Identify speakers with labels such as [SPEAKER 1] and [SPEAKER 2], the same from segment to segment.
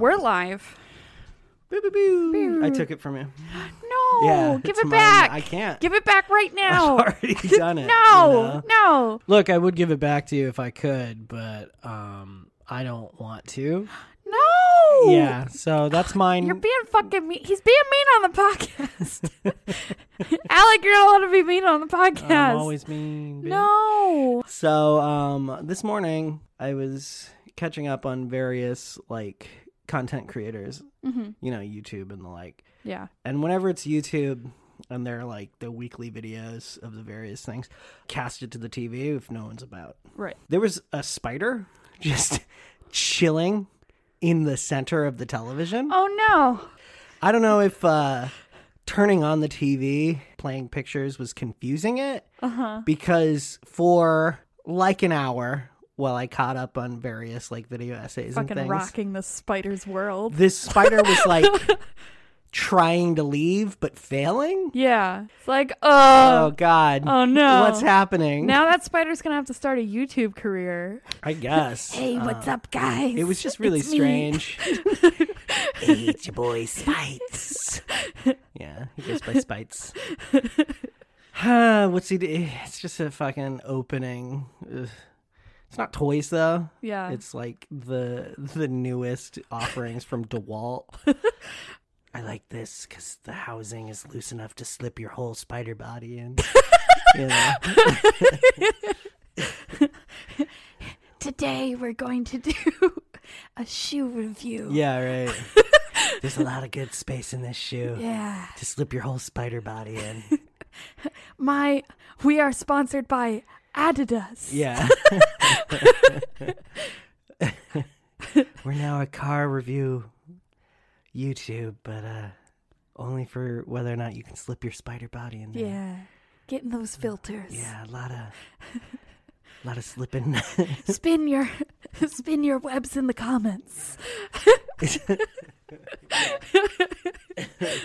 [SPEAKER 1] We're live.
[SPEAKER 2] Boo, boo, boo. I took it from you.
[SPEAKER 1] No,
[SPEAKER 2] Yeah,
[SPEAKER 1] Oh, give
[SPEAKER 2] it's
[SPEAKER 1] it
[SPEAKER 2] mine.
[SPEAKER 1] back.
[SPEAKER 2] I can't.
[SPEAKER 1] Give it back right now.
[SPEAKER 2] I've already done it. you
[SPEAKER 1] No,
[SPEAKER 2] know?
[SPEAKER 1] no,
[SPEAKER 2] Look, I would give it back to you if I could, but um, I don't want to.
[SPEAKER 1] no.
[SPEAKER 2] Yeah, so that's mine.
[SPEAKER 1] You're being fucking mean. He's being mean on the podcast. Alec, you're not allowed to be mean on the podcast.
[SPEAKER 2] I'm always mean. bitch.
[SPEAKER 1] no.
[SPEAKER 2] So um, this morning I was catching up on various like content creators,
[SPEAKER 1] hmm
[SPEAKER 2] you know, YouTube and the like.
[SPEAKER 1] Yeah.
[SPEAKER 2] And whenever it's YouTube and they're like the weekly videos of the various things, cast it to the TV if no one's about.
[SPEAKER 1] Right.
[SPEAKER 2] There was a spider just chilling in the center of the television.
[SPEAKER 1] Oh no.
[SPEAKER 2] I don't know if uh, turning on the TV, playing pictures was confusing it
[SPEAKER 1] Uh huh.
[SPEAKER 2] because for like an hour while I caught up on various like video essays and
[SPEAKER 1] Fucking
[SPEAKER 2] things,
[SPEAKER 1] rocking the spider's world.
[SPEAKER 2] this spider was like trying to leave but failing.
[SPEAKER 1] Yeah. It's like, oh,
[SPEAKER 2] oh God!
[SPEAKER 1] oh no.
[SPEAKER 2] What's happening?
[SPEAKER 1] Now that spider's gonna have to start a YouTube career.
[SPEAKER 2] I guess.
[SPEAKER 1] Hey,
[SPEAKER 2] Uh,
[SPEAKER 1] what's up, guys?
[SPEAKER 2] It was just really
[SPEAKER 1] It's me.
[SPEAKER 2] strange. hey, it's your boy Spites. yeah, he goes by Spites. Huh, What's he do? It's just a fucking opening. Ugh. It's not toys though.
[SPEAKER 1] Yeah.
[SPEAKER 2] It's like the the newest offerings from DeWalt. I like this because the housing is loose enough to slip your whole spider body in. you know?
[SPEAKER 1] Today we're going to do a shoe review.
[SPEAKER 2] Yeah, right. There's a lot of good space in this shoe.
[SPEAKER 1] Yeah.
[SPEAKER 2] To slip your whole spider body in.
[SPEAKER 1] My we are sponsored by Adidas.
[SPEAKER 2] Yeah. We're now a car review YouTube, but uh only for whether or not you can slip your spider body in there.
[SPEAKER 1] Yeah. Getting those filters.
[SPEAKER 2] Yeah, a lot of a lot of slipping.
[SPEAKER 1] Spin your spin your webs in the comments.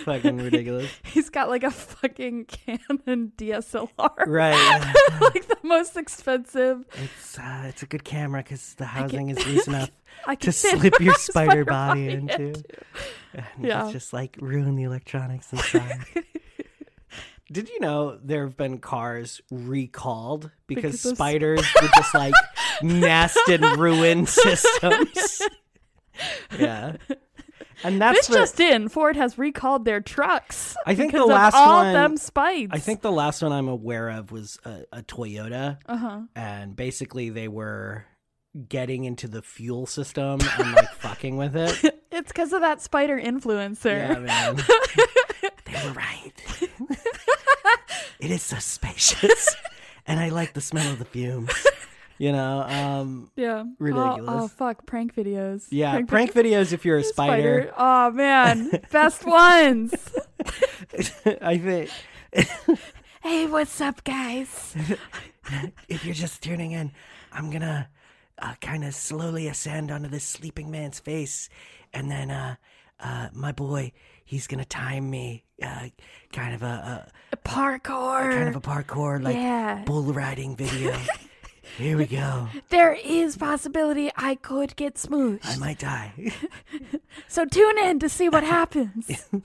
[SPEAKER 2] Fucking ridiculous.
[SPEAKER 1] He's got like a fucking Canon DSLR.
[SPEAKER 2] Right.
[SPEAKER 1] like the most expensive.
[SPEAKER 2] It's uh, it's a good camera cuz the housing is loose enough
[SPEAKER 1] I can
[SPEAKER 2] to
[SPEAKER 1] fit
[SPEAKER 2] slip your
[SPEAKER 1] my
[SPEAKER 2] spider, body, into. And
[SPEAKER 1] Yeah.
[SPEAKER 2] Just, just like ruin the electronics inside. Did you know there have been cars recalled because,
[SPEAKER 1] Because of-
[SPEAKER 2] spiders were just like nest and ruin systems? yeah. And that's
[SPEAKER 1] This
[SPEAKER 2] the,
[SPEAKER 1] just in, Ford has recalled their trucks.
[SPEAKER 2] I think the
[SPEAKER 1] because of
[SPEAKER 2] last
[SPEAKER 1] all
[SPEAKER 2] one-
[SPEAKER 1] them spites.
[SPEAKER 2] I think the last one I'm aware of was a, a Toyota
[SPEAKER 1] Uh huh.
[SPEAKER 2] and basically they were getting into the fuel system and like fucking with it.
[SPEAKER 1] It's because of that spider influencer.
[SPEAKER 2] Yeah, man. they were right. it is so spacious, and I like the smell of the fumes. You know, um,
[SPEAKER 1] Yeah.
[SPEAKER 2] Ridiculous.
[SPEAKER 1] Oh, oh, fuck, prank videos.
[SPEAKER 2] yeah. Prank, videos if you're a spider.
[SPEAKER 1] Oh man, best ones.
[SPEAKER 2] I think
[SPEAKER 1] hey, what's up, guys?
[SPEAKER 2] if you're just tuning in, I'm gonna uh, kind of slowly ascend onto this sleeping man's face, and then uh, uh, my boy, he's gonna time me, uh, kind of a,
[SPEAKER 1] Parkour.
[SPEAKER 2] a kind of a parkour like
[SPEAKER 1] yeah.
[SPEAKER 2] bull riding video. Here we go.
[SPEAKER 1] There is possibility I could get
[SPEAKER 2] I
[SPEAKER 1] smooshed.
[SPEAKER 2] might die.
[SPEAKER 1] So tune in to see what happens.
[SPEAKER 2] Uh,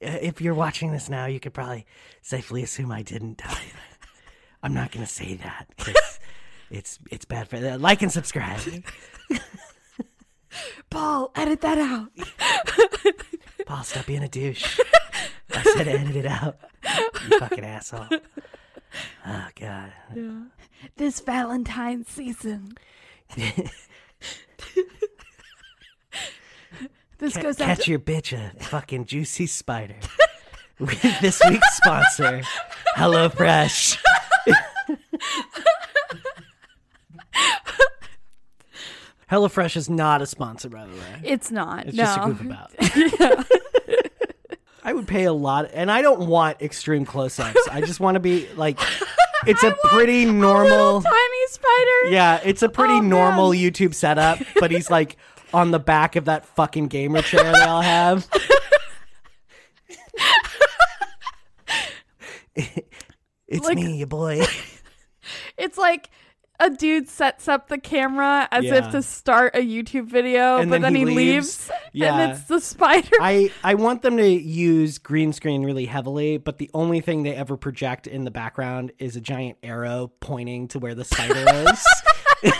[SPEAKER 2] if you're watching this now, you could probably safely assume I didn't die. I'm not gonna say that. 'cause it's it's bad for that. Like and subscribe.
[SPEAKER 1] Paul, edit that out.
[SPEAKER 2] Paul, stop being a douche. I said edit it out. You fucking asshole. Oh god.
[SPEAKER 1] This Valentine's season. this goes out
[SPEAKER 2] Catch your bitch a fucking juicy spider. With this week's sponsor, HelloFresh. HelloFresh is not a sponsor, by the way.
[SPEAKER 1] It's not.
[SPEAKER 2] It's
[SPEAKER 1] no.
[SPEAKER 2] just a goof about. I would pay a lot, and I don't want extreme close-ups. I just want to be like, it's a pretty
[SPEAKER 1] Little
[SPEAKER 2] normal.
[SPEAKER 1] tiny spider.
[SPEAKER 2] yeah, it's a pretty
[SPEAKER 1] Oh, man.
[SPEAKER 2] normal YouTube setup, but he's like on the back of that fucking gamer chair they all have. it's
[SPEAKER 1] Like-
[SPEAKER 2] me, your boy.
[SPEAKER 1] It's like a dude sets up the camera as
[SPEAKER 2] Yeah.
[SPEAKER 1] if to start a YouTube video,
[SPEAKER 2] And
[SPEAKER 1] Oh, but then,
[SPEAKER 2] then he
[SPEAKER 1] he,
[SPEAKER 2] leaves.
[SPEAKER 1] leaves,
[SPEAKER 2] Yeah.
[SPEAKER 1] and it's the spider.
[SPEAKER 2] I, I want them to use green screen really heavily, but the only thing they ever project in the background is a giant arrow pointing to where the spider is.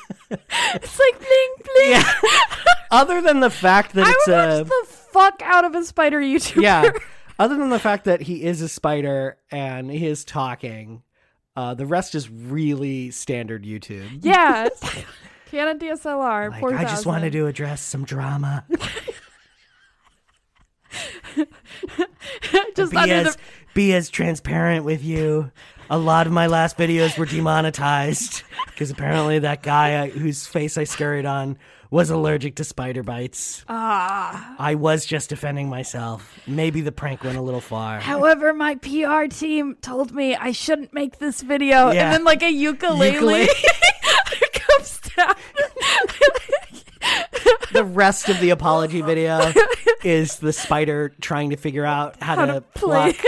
[SPEAKER 1] it's like bling bling.
[SPEAKER 2] yeah. Other than the fact that
[SPEAKER 1] I
[SPEAKER 2] it's
[SPEAKER 1] would
[SPEAKER 2] a
[SPEAKER 1] watch the fuck out of a spider YouTuber.
[SPEAKER 2] yeah. Other than the fact that he is a spider and he is talking, uh, the rest is really standard YouTube.
[SPEAKER 1] yeah. it's like, Canon DSLR.
[SPEAKER 2] Like,
[SPEAKER 1] 4000.
[SPEAKER 2] I just wanted to address some drama.
[SPEAKER 1] just
[SPEAKER 2] be
[SPEAKER 1] under the,
[SPEAKER 2] as be as transparent with you. A lot of my last videos were demonetized because apparently that guy I, whose face I scurried on was allergic to spider bites.
[SPEAKER 1] ah.
[SPEAKER 2] I was just defending myself. Maybe the prank went a little far.
[SPEAKER 1] However, my PR team told me I shouldn't make this video,
[SPEAKER 2] Yeah.
[SPEAKER 1] and then like a ukulele,
[SPEAKER 2] Ukulele.
[SPEAKER 1] comes down.
[SPEAKER 2] the rest of the apology video is the spider trying to figure out how, to,
[SPEAKER 1] to play.
[SPEAKER 2] pluck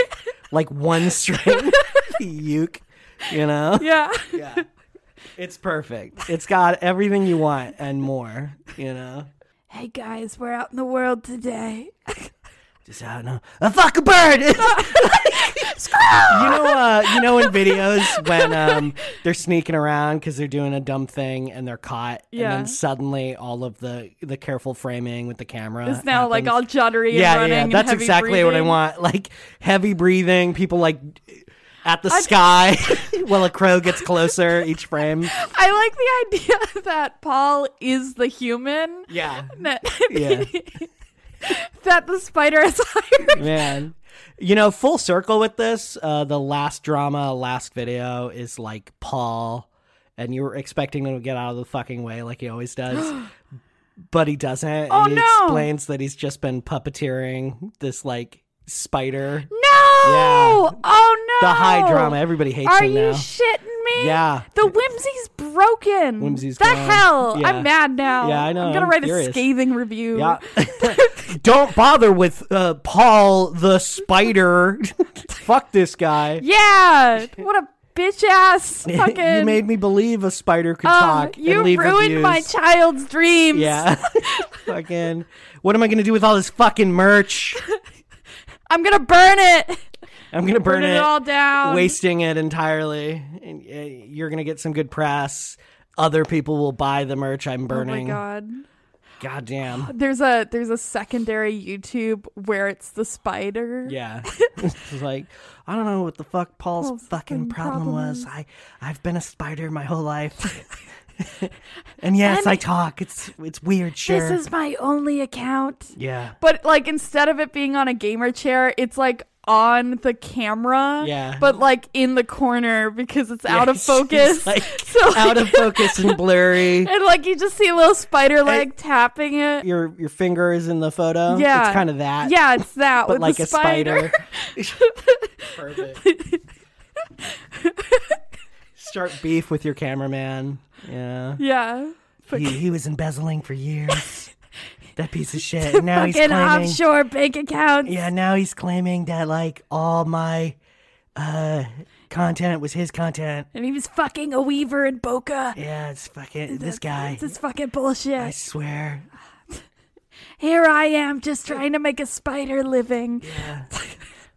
[SPEAKER 2] like one string the uke you know
[SPEAKER 1] yeah.
[SPEAKER 2] yeah it's perfect it's got everything you want and more you know
[SPEAKER 1] Hey guys, we're out in the world today.
[SPEAKER 2] just out now a fuck a bird you know uh, you know in videos when um, they're sneaking around because they're doing a dumb thing and they're caught and
[SPEAKER 1] Yeah.
[SPEAKER 2] then suddenly all of the the careful framing with the camera
[SPEAKER 1] It's now like
[SPEAKER 2] happens.
[SPEAKER 1] all juddery and running. and
[SPEAKER 2] That's
[SPEAKER 1] heavy
[SPEAKER 2] exactly what I
[SPEAKER 1] breathing.
[SPEAKER 2] want. Like heavy breathing, people like at the
[SPEAKER 1] I'd-
[SPEAKER 2] sky while a crow gets closer each frame.
[SPEAKER 1] I like the idea that Paul is the human.
[SPEAKER 2] Yeah.
[SPEAKER 1] That,
[SPEAKER 2] Yeah.
[SPEAKER 1] that the spider is hired.
[SPEAKER 2] Man. You know, full circle with this, uh, the last drama, last video is like Paul, and you were expecting him to get out of the fucking way like he always does. But he doesn't.
[SPEAKER 1] Oh,
[SPEAKER 2] and he
[SPEAKER 1] no.
[SPEAKER 2] explains that he's just been puppeteering this like spider.
[SPEAKER 1] No!
[SPEAKER 2] Yeah.
[SPEAKER 1] Oh no!
[SPEAKER 2] The high drama. Everybody hates
[SPEAKER 1] Are
[SPEAKER 2] him
[SPEAKER 1] you
[SPEAKER 2] now.
[SPEAKER 1] shitting me?
[SPEAKER 2] yeah.
[SPEAKER 1] The whimsy's broken.
[SPEAKER 2] Whimsy's
[SPEAKER 1] the
[SPEAKER 2] gone.
[SPEAKER 1] hell.
[SPEAKER 2] Yeah.
[SPEAKER 1] I'm mad now.
[SPEAKER 2] Yeah, I know.
[SPEAKER 1] I'm gonna
[SPEAKER 2] I'm
[SPEAKER 1] write
[SPEAKER 2] furious.
[SPEAKER 1] a scathing review.
[SPEAKER 2] Yeah. Don't bother with uh, Paul the Spider. Fuck this guy.
[SPEAKER 1] Yeah. What a bitch ass fucking.
[SPEAKER 2] you made me believe a spider could
[SPEAKER 1] um,
[SPEAKER 2] talk.
[SPEAKER 1] You
[SPEAKER 2] and leave
[SPEAKER 1] ruined
[SPEAKER 2] reviews.
[SPEAKER 1] my child's dreams.
[SPEAKER 2] Yeah. fucking. What am I gonna do with all this fucking merch?
[SPEAKER 1] I'm gonna burn it.
[SPEAKER 2] I'm gonna burn,
[SPEAKER 1] Burn, it, all down.
[SPEAKER 2] wasting it entirely. And, uh, you're gonna get some good press. Other people will buy the merch I'm
[SPEAKER 1] Oh my
[SPEAKER 2] burning.
[SPEAKER 1] god.
[SPEAKER 2] Goddamn.
[SPEAKER 1] There's a there's a secondary YouTube where it's the spider.
[SPEAKER 2] Yeah. it's like, I don't know what the fuck Paul's
[SPEAKER 1] Paul's
[SPEAKER 2] fucking
[SPEAKER 1] fucking
[SPEAKER 2] problem,
[SPEAKER 1] problem
[SPEAKER 2] was. I I've been a spider my whole life. and yes,
[SPEAKER 1] And-
[SPEAKER 2] I talk. It's it's weird, sure.
[SPEAKER 1] This is my only account.
[SPEAKER 2] yeah.
[SPEAKER 1] But like instead of it being on a gamer chair, it's like on the camera.
[SPEAKER 2] Yeah.
[SPEAKER 1] But like in the corner because it's out of
[SPEAKER 2] she's
[SPEAKER 1] focus.
[SPEAKER 2] like,
[SPEAKER 1] so like,
[SPEAKER 2] Out of focus and blurry.
[SPEAKER 1] and like you just see a little spider leg tapping it.
[SPEAKER 2] Your your finger is in the photo.
[SPEAKER 1] Yeah.
[SPEAKER 2] It's kind of that.
[SPEAKER 1] Yeah, it's that
[SPEAKER 2] But
[SPEAKER 1] with
[SPEAKER 2] like
[SPEAKER 1] the
[SPEAKER 2] a spider. Perfect. Start beef with your cameraman. Yeah.
[SPEAKER 1] yeah.
[SPEAKER 2] He, he was embezzling for years. that piece of shit. And now he's
[SPEAKER 1] Fucking
[SPEAKER 2] claiming
[SPEAKER 1] offshore bank accounts.
[SPEAKER 2] Yeah, now he's claiming that like all my uh content was his content.
[SPEAKER 1] And he was fucking a weaver in Boca.
[SPEAKER 2] Yeah, it's fucking this guy.
[SPEAKER 1] This is fucking
[SPEAKER 2] I
[SPEAKER 1] bullshit.
[SPEAKER 2] swear.
[SPEAKER 1] Here I am just trying to make a spider living.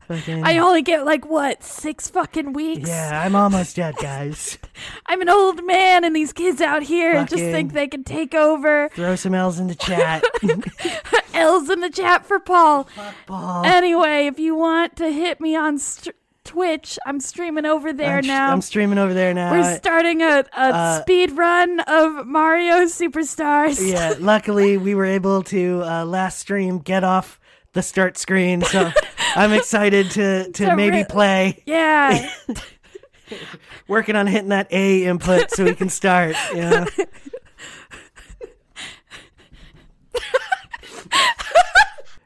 [SPEAKER 2] Yeah. Fucking,
[SPEAKER 1] I only get like what, six fucking weeks?
[SPEAKER 2] yeah, I'm almost dead, guys.
[SPEAKER 1] I'm an old man and these kids out here just
[SPEAKER 2] Fucking-
[SPEAKER 1] think they can take over.
[SPEAKER 2] Throw some L's in the chat.
[SPEAKER 1] L's in the chat for Paul.
[SPEAKER 2] Ball.
[SPEAKER 1] Anyway, if you want to hit me on str Twitch, I'm streaming over there
[SPEAKER 2] I'm, sh-
[SPEAKER 1] now.
[SPEAKER 2] I'm uh, streaming over there now.
[SPEAKER 1] We're starting a, a speed run of Mario Superstars.
[SPEAKER 2] yeah, luckily we were able to uh, last stream get off the start screen, so I'm excited to to
[SPEAKER 1] To
[SPEAKER 2] maybe
[SPEAKER 1] re-
[SPEAKER 2] play.
[SPEAKER 1] Yeah.
[SPEAKER 2] Working on hitting that A input so we can start. You know?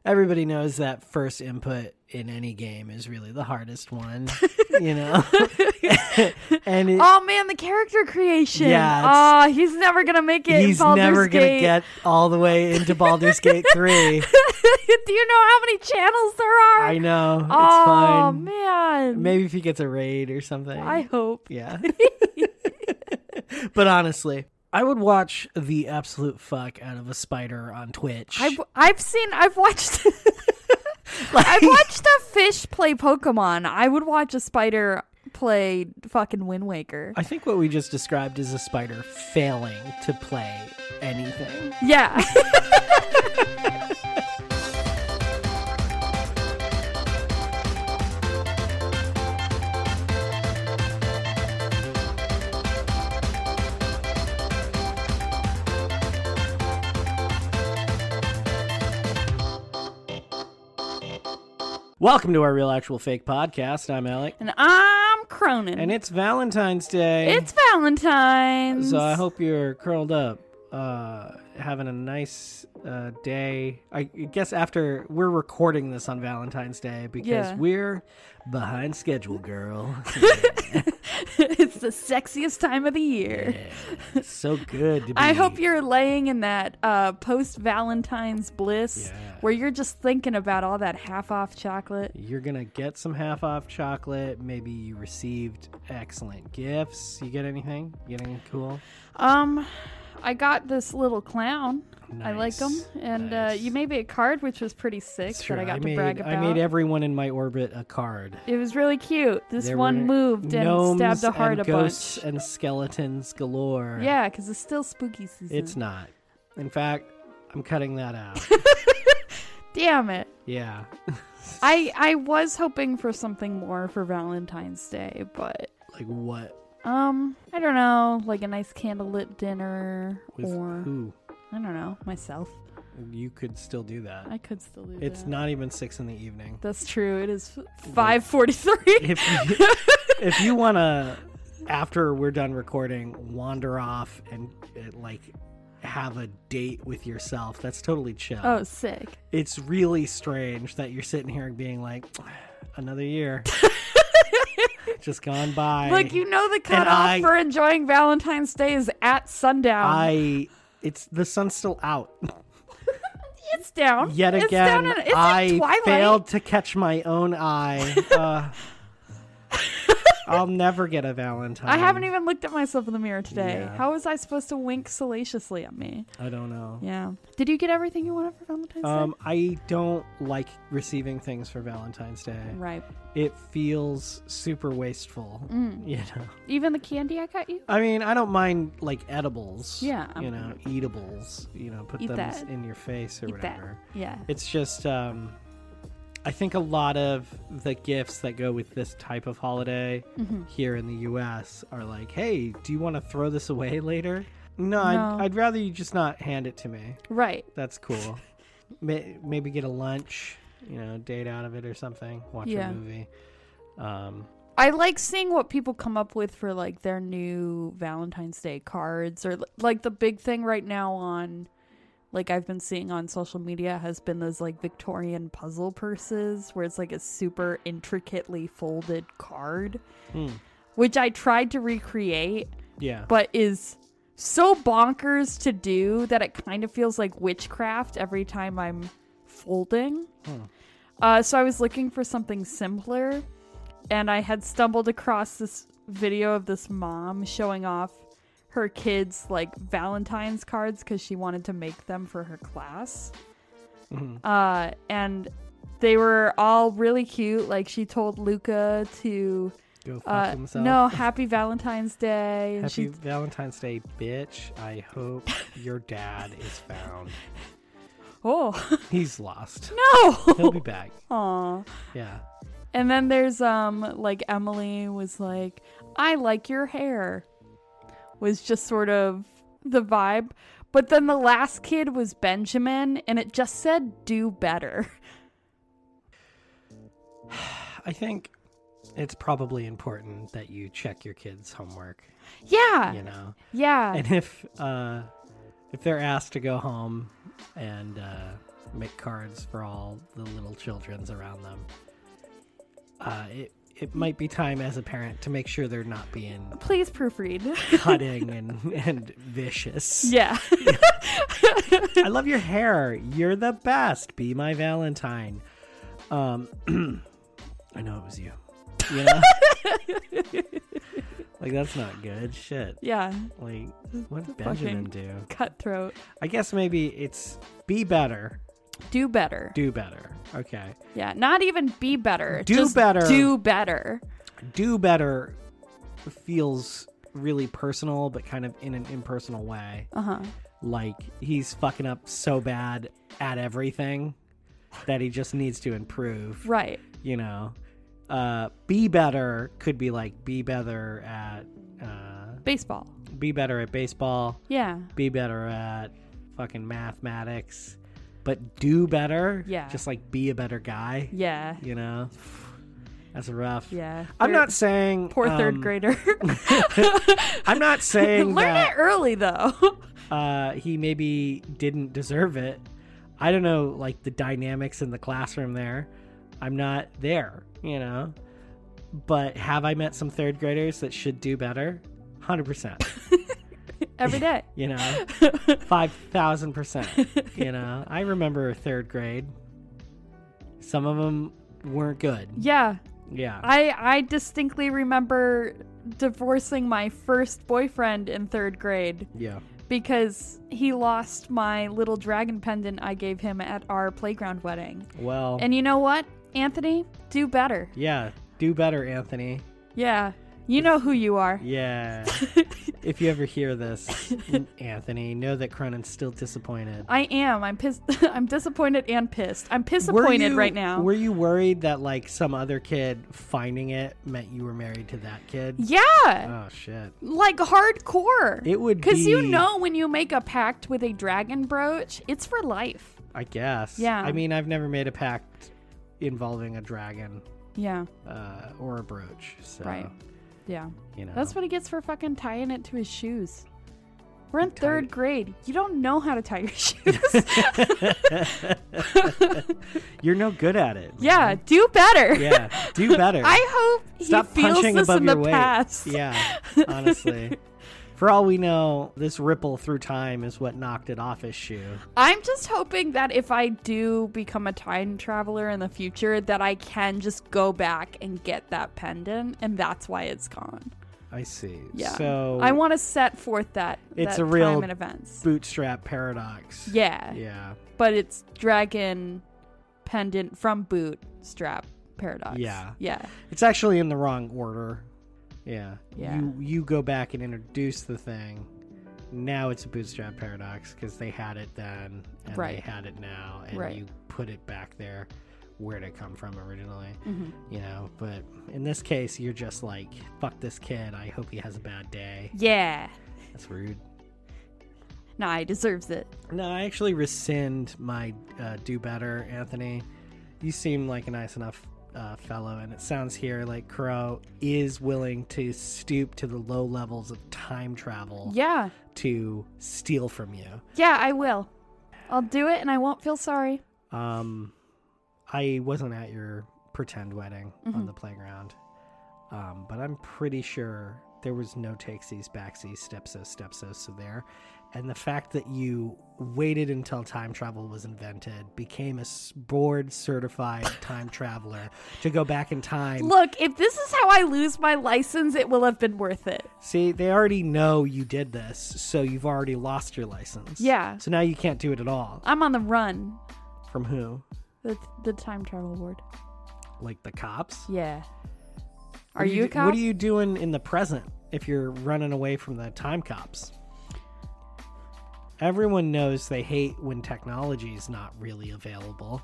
[SPEAKER 2] Everybody knows that first input in any game is really the hardest one, you know. and it,
[SPEAKER 1] Oh man, the character creation.
[SPEAKER 2] Yeah,
[SPEAKER 1] Ah,
[SPEAKER 2] it's-
[SPEAKER 1] he's never gonna make it.
[SPEAKER 2] he's
[SPEAKER 1] in Baldur's
[SPEAKER 2] never gonna
[SPEAKER 1] Gate.
[SPEAKER 2] get all the way into Baldur's Gate three.
[SPEAKER 1] Do you know how many channels there are?
[SPEAKER 2] I know it's
[SPEAKER 1] oh
[SPEAKER 2] fine.
[SPEAKER 1] man.
[SPEAKER 2] Maybe if he gets a raid or something.
[SPEAKER 1] I hope.
[SPEAKER 2] yeah. but honestly, I would watch the absolute fuck out of a spider on Twitch.
[SPEAKER 1] I, I've seen, I've watched, I've watched a fish play Pokemon. I would watch a spider play fucking Wind Waker.
[SPEAKER 2] I think what we just described is a spider failing to play anything.
[SPEAKER 1] Yeah.
[SPEAKER 2] Welcome to our Real Actual Fake podcast. I'm Alec,
[SPEAKER 1] and I'm Cronin.
[SPEAKER 2] and it's Valentine's Day.
[SPEAKER 1] it's Valentine's.
[SPEAKER 2] so I hope you're curled up, uh, having a nice uh, day. I guess after we're recording this on Valentine's Day because
[SPEAKER 1] Yeah.
[SPEAKER 2] we're behind schedule, girl.
[SPEAKER 1] it's the sexiest time of the year.
[SPEAKER 2] Yeah, it's so good to be.
[SPEAKER 1] I hope you're laying in that uh, post Valentine's bliss
[SPEAKER 2] Yeah.
[SPEAKER 1] where you're just thinking about all that half off chocolate.
[SPEAKER 2] You're gonna get some half off chocolate. Maybe you received excellent gifts. You get anything? You get anything cool?
[SPEAKER 1] Um, I got this little clown. I like
[SPEAKER 2] Nice.
[SPEAKER 1] him, and uh,
[SPEAKER 2] Nice.
[SPEAKER 1] you made me a card, which was pretty sick
[SPEAKER 2] It's
[SPEAKER 1] that I
[SPEAKER 2] true.
[SPEAKER 1] got to
[SPEAKER 2] made,
[SPEAKER 1] brag about.
[SPEAKER 2] I made everyone in my orbit a card.
[SPEAKER 1] it was really cute. This
[SPEAKER 2] There
[SPEAKER 1] one
[SPEAKER 2] were
[SPEAKER 1] moved and
[SPEAKER 2] gnomes
[SPEAKER 1] stabbed a heart
[SPEAKER 2] and
[SPEAKER 1] a
[SPEAKER 2] ghosts
[SPEAKER 1] bunch.
[SPEAKER 2] and skeletons galore.
[SPEAKER 1] Yeah, because it's still spooky season.
[SPEAKER 2] it's not. In fact, I'm cutting that out.
[SPEAKER 1] Damn it!
[SPEAKER 2] yeah,
[SPEAKER 1] I I was hoping for something more for Valentine's Day, but
[SPEAKER 2] like what
[SPEAKER 1] um, I don't know, like a nice candlelit dinner,
[SPEAKER 2] with
[SPEAKER 1] or
[SPEAKER 2] who?
[SPEAKER 1] I don't know, myself.
[SPEAKER 2] You could still do that.
[SPEAKER 1] I could still do
[SPEAKER 2] It's
[SPEAKER 1] that.
[SPEAKER 2] not even six in the evening.
[SPEAKER 1] That's true. It is five forty-three.
[SPEAKER 2] if you, if you want to after we're done recording wander off and uh, like have a date with yourself that's totally chill
[SPEAKER 1] Oh, sick.
[SPEAKER 2] it's really strange that you're sitting here and being like another year just gone by
[SPEAKER 1] Look, you know the cutoff
[SPEAKER 2] I-
[SPEAKER 1] for enjoying Valentine's Day is at sundown.
[SPEAKER 2] i it's the sun's still out
[SPEAKER 1] it's down.
[SPEAKER 2] yet
[SPEAKER 1] it's
[SPEAKER 2] again
[SPEAKER 1] down in, it's like
[SPEAKER 2] i
[SPEAKER 1] twilight.
[SPEAKER 2] failed to catch my own eye uh, i'll never get a valentine
[SPEAKER 1] I haven't even looked at myself in the mirror today.
[SPEAKER 2] Yeah.
[SPEAKER 1] How was I supposed to wink salaciously at me?
[SPEAKER 2] i don't know
[SPEAKER 1] Yeah. Did you get everything you wanted for Valentine's
[SPEAKER 2] Um, I don't like receiving things for Valentine's Day.
[SPEAKER 1] Day? Right.
[SPEAKER 2] It feels super wasteful.
[SPEAKER 1] Mm.
[SPEAKER 2] You know,
[SPEAKER 1] Even the candy I got you?
[SPEAKER 2] I mean, I don't mind like edibles.
[SPEAKER 1] Yeah,
[SPEAKER 2] you
[SPEAKER 1] I'm-
[SPEAKER 2] know, eatables. You know, put
[SPEAKER 1] Eat
[SPEAKER 2] them
[SPEAKER 1] that.
[SPEAKER 2] in your face or
[SPEAKER 1] Eat that.
[SPEAKER 2] whatever.
[SPEAKER 1] Yeah.
[SPEAKER 2] It's just, um, I think a lot of the gifts that go with this type of holiday
[SPEAKER 1] Mm-hmm.
[SPEAKER 2] here in the U.S. are like, hey, do you want to throw this away later? No, I'd,
[SPEAKER 1] No.
[SPEAKER 2] I'd rather you just not hand it to me.
[SPEAKER 1] Right.
[SPEAKER 2] That's cool. May- Maybe get a lunch, you know, date out of it or something. Watch
[SPEAKER 1] Yeah.
[SPEAKER 2] a movie. Um,
[SPEAKER 1] I like seeing what people come up with for like their new Valentine's Day cards or like the big thing right now on like I've been seeing on social media has been those like Victorian puzzle purses where it's like a super intricately folded card
[SPEAKER 2] Hmm.
[SPEAKER 1] which I tried to recreate
[SPEAKER 2] yeah.
[SPEAKER 1] but is so bonkers to do that it kind of feels like witchcraft every time I'm folding.
[SPEAKER 2] Hmm.
[SPEAKER 1] Uh, so I was looking for something simpler, and I had stumbled across this video of this mom showing off her kids like Valentine's cards because she wanted to make them for her class.
[SPEAKER 2] Mm-hmm.
[SPEAKER 1] Uh, and they were all really cute. Like she told Luca to
[SPEAKER 2] Go fuck
[SPEAKER 1] uh,
[SPEAKER 2] himself.
[SPEAKER 1] no Happy Valentine's Day. and
[SPEAKER 2] Happy
[SPEAKER 1] she
[SPEAKER 2] Valentine's Day, bitch. I hope your dad is found.
[SPEAKER 1] Oh
[SPEAKER 2] He's lost. He'll
[SPEAKER 1] no!
[SPEAKER 2] be back.
[SPEAKER 1] Aw.
[SPEAKER 2] Yeah.
[SPEAKER 1] And then there's um like Emily was like, I like your hair, was just sort of the vibe. But then the last kid was Benjamin, and it just said do better.
[SPEAKER 2] I think it's probably important that you check your kids' homework,
[SPEAKER 1] Yeah,
[SPEAKER 2] you know?
[SPEAKER 1] yeah,
[SPEAKER 2] and if uh, if they're asked to go home and uh, make cards for all the little childrens around them, uh, it it might be time as a parent to make sure they're not being
[SPEAKER 1] Please proofread.
[SPEAKER 2] cutting and and vicious.
[SPEAKER 1] yeah,
[SPEAKER 2] I love your hair. You're the best. Be my Valentine. Um, I know it was you. You know? like that's not good. Shit.
[SPEAKER 1] Yeah,
[SPEAKER 2] Like what did
[SPEAKER 1] Fucking-
[SPEAKER 2] Benjamin do?
[SPEAKER 1] cutthroat.
[SPEAKER 2] I guess maybe it's be better,
[SPEAKER 1] Do better.
[SPEAKER 2] do better. Okay.
[SPEAKER 1] yeah, not even be better.
[SPEAKER 2] Do
[SPEAKER 1] just
[SPEAKER 2] better.
[SPEAKER 1] Do better.
[SPEAKER 2] Do better feels really personal but kind of in an impersonal way.
[SPEAKER 1] Uh huh.
[SPEAKER 2] Like he's fucking up so bad at everything that he just needs to improve.
[SPEAKER 1] Right.
[SPEAKER 2] you know uh be better could be like be better at uh
[SPEAKER 1] Baseball.
[SPEAKER 2] be better at baseball
[SPEAKER 1] Yeah.
[SPEAKER 2] be better at fucking mathematics but do better
[SPEAKER 1] Yeah.
[SPEAKER 2] just like be a better guy
[SPEAKER 1] Yeah.
[SPEAKER 2] you know that's rough
[SPEAKER 1] Yeah.
[SPEAKER 2] i'm
[SPEAKER 1] Third-
[SPEAKER 2] not saying
[SPEAKER 1] poor third
[SPEAKER 2] um,
[SPEAKER 1] grader.
[SPEAKER 2] i'm not saying
[SPEAKER 1] Learn
[SPEAKER 2] that
[SPEAKER 1] it early though.
[SPEAKER 2] uh he maybe didn't deserve it i don't know like the dynamics in the classroom there i'm not there you know but have i met some third graders that should do better 100%
[SPEAKER 1] Every day.
[SPEAKER 2] you know 5000% you know i remember third grade some of them weren't good
[SPEAKER 1] Yeah.
[SPEAKER 2] yeah
[SPEAKER 1] I I distinctly remember divorcing my first boyfriend in 3rd grade
[SPEAKER 2] yeah
[SPEAKER 1] because he lost my little dragon pendant I gave him at our playground wedding.
[SPEAKER 2] well
[SPEAKER 1] And you know what? Anthony, do better.
[SPEAKER 2] yeah do better anthony
[SPEAKER 1] Yeah. You know who you are.
[SPEAKER 2] yeah if you ever hear this anthony know that cronin's still disappointed
[SPEAKER 1] I am. I'm pissed. I'm disappointed and pissed. I'm disappointed
[SPEAKER 2] you,
[SPEAKER 1] right now.
[SPEAKER 2] Were you worried that like some other kid finding it meant you were married to that kid?
[SPEAKER 1] yeah.
[SPEAKER 2] Oh shit.
[SPEAKER 1] like hardcore.
[SPEAKER 2] It would
[SPEAKER 1] Because you
[SPEAKER 2] be-
[SPEAKER 1] know when you make a pact with a dragon brooch, it's for life.
[SPEAKER 2] I guess.
[SPEAKER 1] Yeah.
[SPEAKER 2] I mean, I've never made a pact involving a dragon
[SPEAKER 1] Yeah.
[SPEAKER 2] uh, or a brooch. So,
[SPEAKER 1] Right. Yeah.
[SPEAKER 2] you know.
[SPEAKER 1] That's what he gets for fucking tying it to his shoes. We're in third grade. You don't know how to tie your shoes.
[SPEAKER 2] You're no good at it.
[SPEAKER 1] yeah, do better.
[SPEAKER 2] Yeah. Do better.
[SPEAKER 1] I hope he
[SPEAKER 2] Stop
[SPEAKER 1] feels
[SPEAKER 2] punching
[SPEAKER 1] this
[SPEAKER 2] above
[SPEAKER 1] in
[SPEAKER 2] your
[SPEAKER 1] the
[SPEAKER 2] weight.
[SPEAKER 1] past.
[SPEAKER 2] Yeah. Honestly. For all we know, this ripple through time is what knocked it off his shoe.
[SPEAKER 1] I'm just hoping that if I do become a time traveler in the future, that I can just go back and get that pendant, and that's why it's gone.
[SPEAKER 2] I see.
[SPEAKER 1] Yeah.
[SPEAKER 2] So
[SPEAKER 1] I want to set forth that
[SPEAKER 2] Oh. It's
[SPEAKER 1] that
[SPEAKER 2] a real
[SPEAKER 1] time and events.
[SPEAKER 2] bootstrap paradox.
[SPEAKER 1] yeah,
[SPEAKER 2] Yeah.
[SPEAKER 1] but it's dragon pendant from boot strap paradox.
[SPEAKER 2] Yeah.
[SPEAKER 1] yeah,
[SPEAKER 2] It's actually in the wrong order. Yeah.
[SPEAKER 1] Yeah.
[SPEAKER 2] You you go back and introduce the thing. Now it's a bootstrap paradox because they had it then and
[SPEAKER 1] Right.
[SPEAKER 2] they had it now, and
[SPEAKER 1] Right.
[SPEAKER 2] you put it back there where it had come from originally.
[SPEAKER 1] Mhm.
[SPEAKER 2] You know, but in this case, you're just like, "Fuck this kid. I hope he has a bad day."
[SPEAKER 1] yeah.
[SPEAKER 2] That's rude.
[SPEAKER 1] Nah, he deserves it.
[SPEAKER 2] No, I actually rescind my uh, do better, Anthony. You seem like a nice enough uh, fellow, and it sounds here like Crow is willing to stoop to the low levels of time travel
[SPEAKER 1] Yeah,
[SPEAKER 2] to steal from you.
[SPEAKER 1] yeah. I will. I'll do it, and I won't feel sorry.
[SPEAKER 2] Um, I wasn't at your pretend wedding
[SPEAKER 1] Mm-hmm.
[SPEAKER 2] on the playground, um, but I'm pretty sure there was no takesies, backsies, stepsos, stepsos, so there. And the fact that you waited until time travel was invented, became a board certified time traveler to go back in time.
[SPEAKER 1] Look, if this is how I lose my license, it will have been worth it.
[SPEAKER 2] See, they already know you did this, so you've already lost your license.
[SPEAKER 1] Yeah.
[SPEAKER 2] So now you can't do it at all.
[SPEAKER 1] I'm on the run.
[SPEAKER 2] From who?
[SPEAKER 1] The the time travel ward.
[SPEAKER 2] Like the cops?
[SPEAKER 1] Yeah.
[SPEAKER 2] What
[SPEAKER 1] Are
[SPEAKER 2] do
[SPEAKER 1] you a
[SPEAKER 2] do-
[SPEAKER 1] cop?
[SPEAKER 2] What are you doing in the present if you're running away from the time cops? Everyone knows they hate when technology is not really available.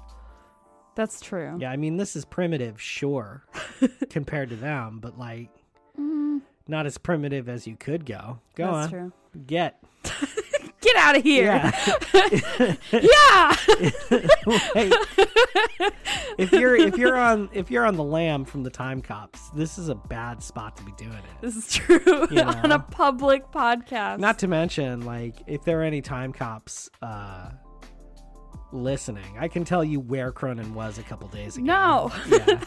[SPEAKER 1] That's true.
[SPEAKER 2] Yeah, I mean, this is primitive, sure, compared to them, but like, not as primitive as you could go. Go
[SPEAKER 1] That's
[SPEAKER 2] on.
[SPEAKER 1] true.
[SPEAKER 2] Get.
[SPEAKER 1] Get out of here.
[SPEAKER 2] Yeah.
[SPEAKER 1] Yeah.
[SPEAKER 2] Hey, if you're if you're on if you're on the lam from the time cops, this is a bad spot to be doing it.
[SPEAKER 1] This is true.
[SPEAKER 2] You
[SPEAKER 1] on
[SPEAKER 2] know.
[SPEAKER 1] a public podcast.
[SPEAKER 2] Not to mention, like, if there are any time cops uh, listening, I can tell you where Cronin was a couple days ago.
[SPEAKER 1] No.
[SPEAKER 2] Yeah.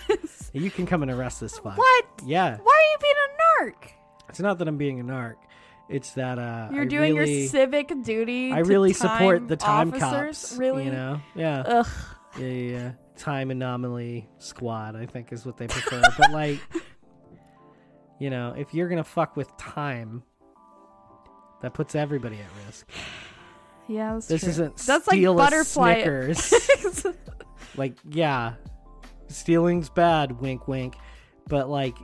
[SPEAKER 2] you can come and arrest this fuck.
[SPEAKER 1] What?
[SPEAKER 2] Yeah.
[SPEAKER 1] Why are you being a narc?
[SPEAKER 2] It's not that I'm being a narc. It's that uh,
[SPEAKER 1] You're
[SPEAKER 2] I
[SPEAKER 1] doing
[SPEAKER 2] really,
[SPEAKER 1] your civic duty.
[SPEAKER 2] I
[SPEAKER 1] to
[SPEAKER 2] really support
[SPEAKER 1] time
[SPEAKER 2] the time
[SPEAKER 1] officers.
[SPEAKER 2] cops.
[SPEAKER 1] Really?
[SPEAKER 2] You know? Yeah.
[SPEAKER 1] Ugh.
[SPEAKER 2] Yeah, yeah, yeah. Time anomaly squad, I think, is what they prefer. but like, You know, if you're gonna fuck with time, that puts everybody at risk.
[SPEAKER 1] Yeah, that's
[SPEAKER 2] This
[SPEAKER 1] true.
[SPEAKER 2] isn't
[SPEAKER 1] that's like
[SPEAKER 2] steal a
[SPEAKER 1] butterfly.
[SPEAKER 2] Snickers. like, yeah, stealing's bad. Wink, wink. But like,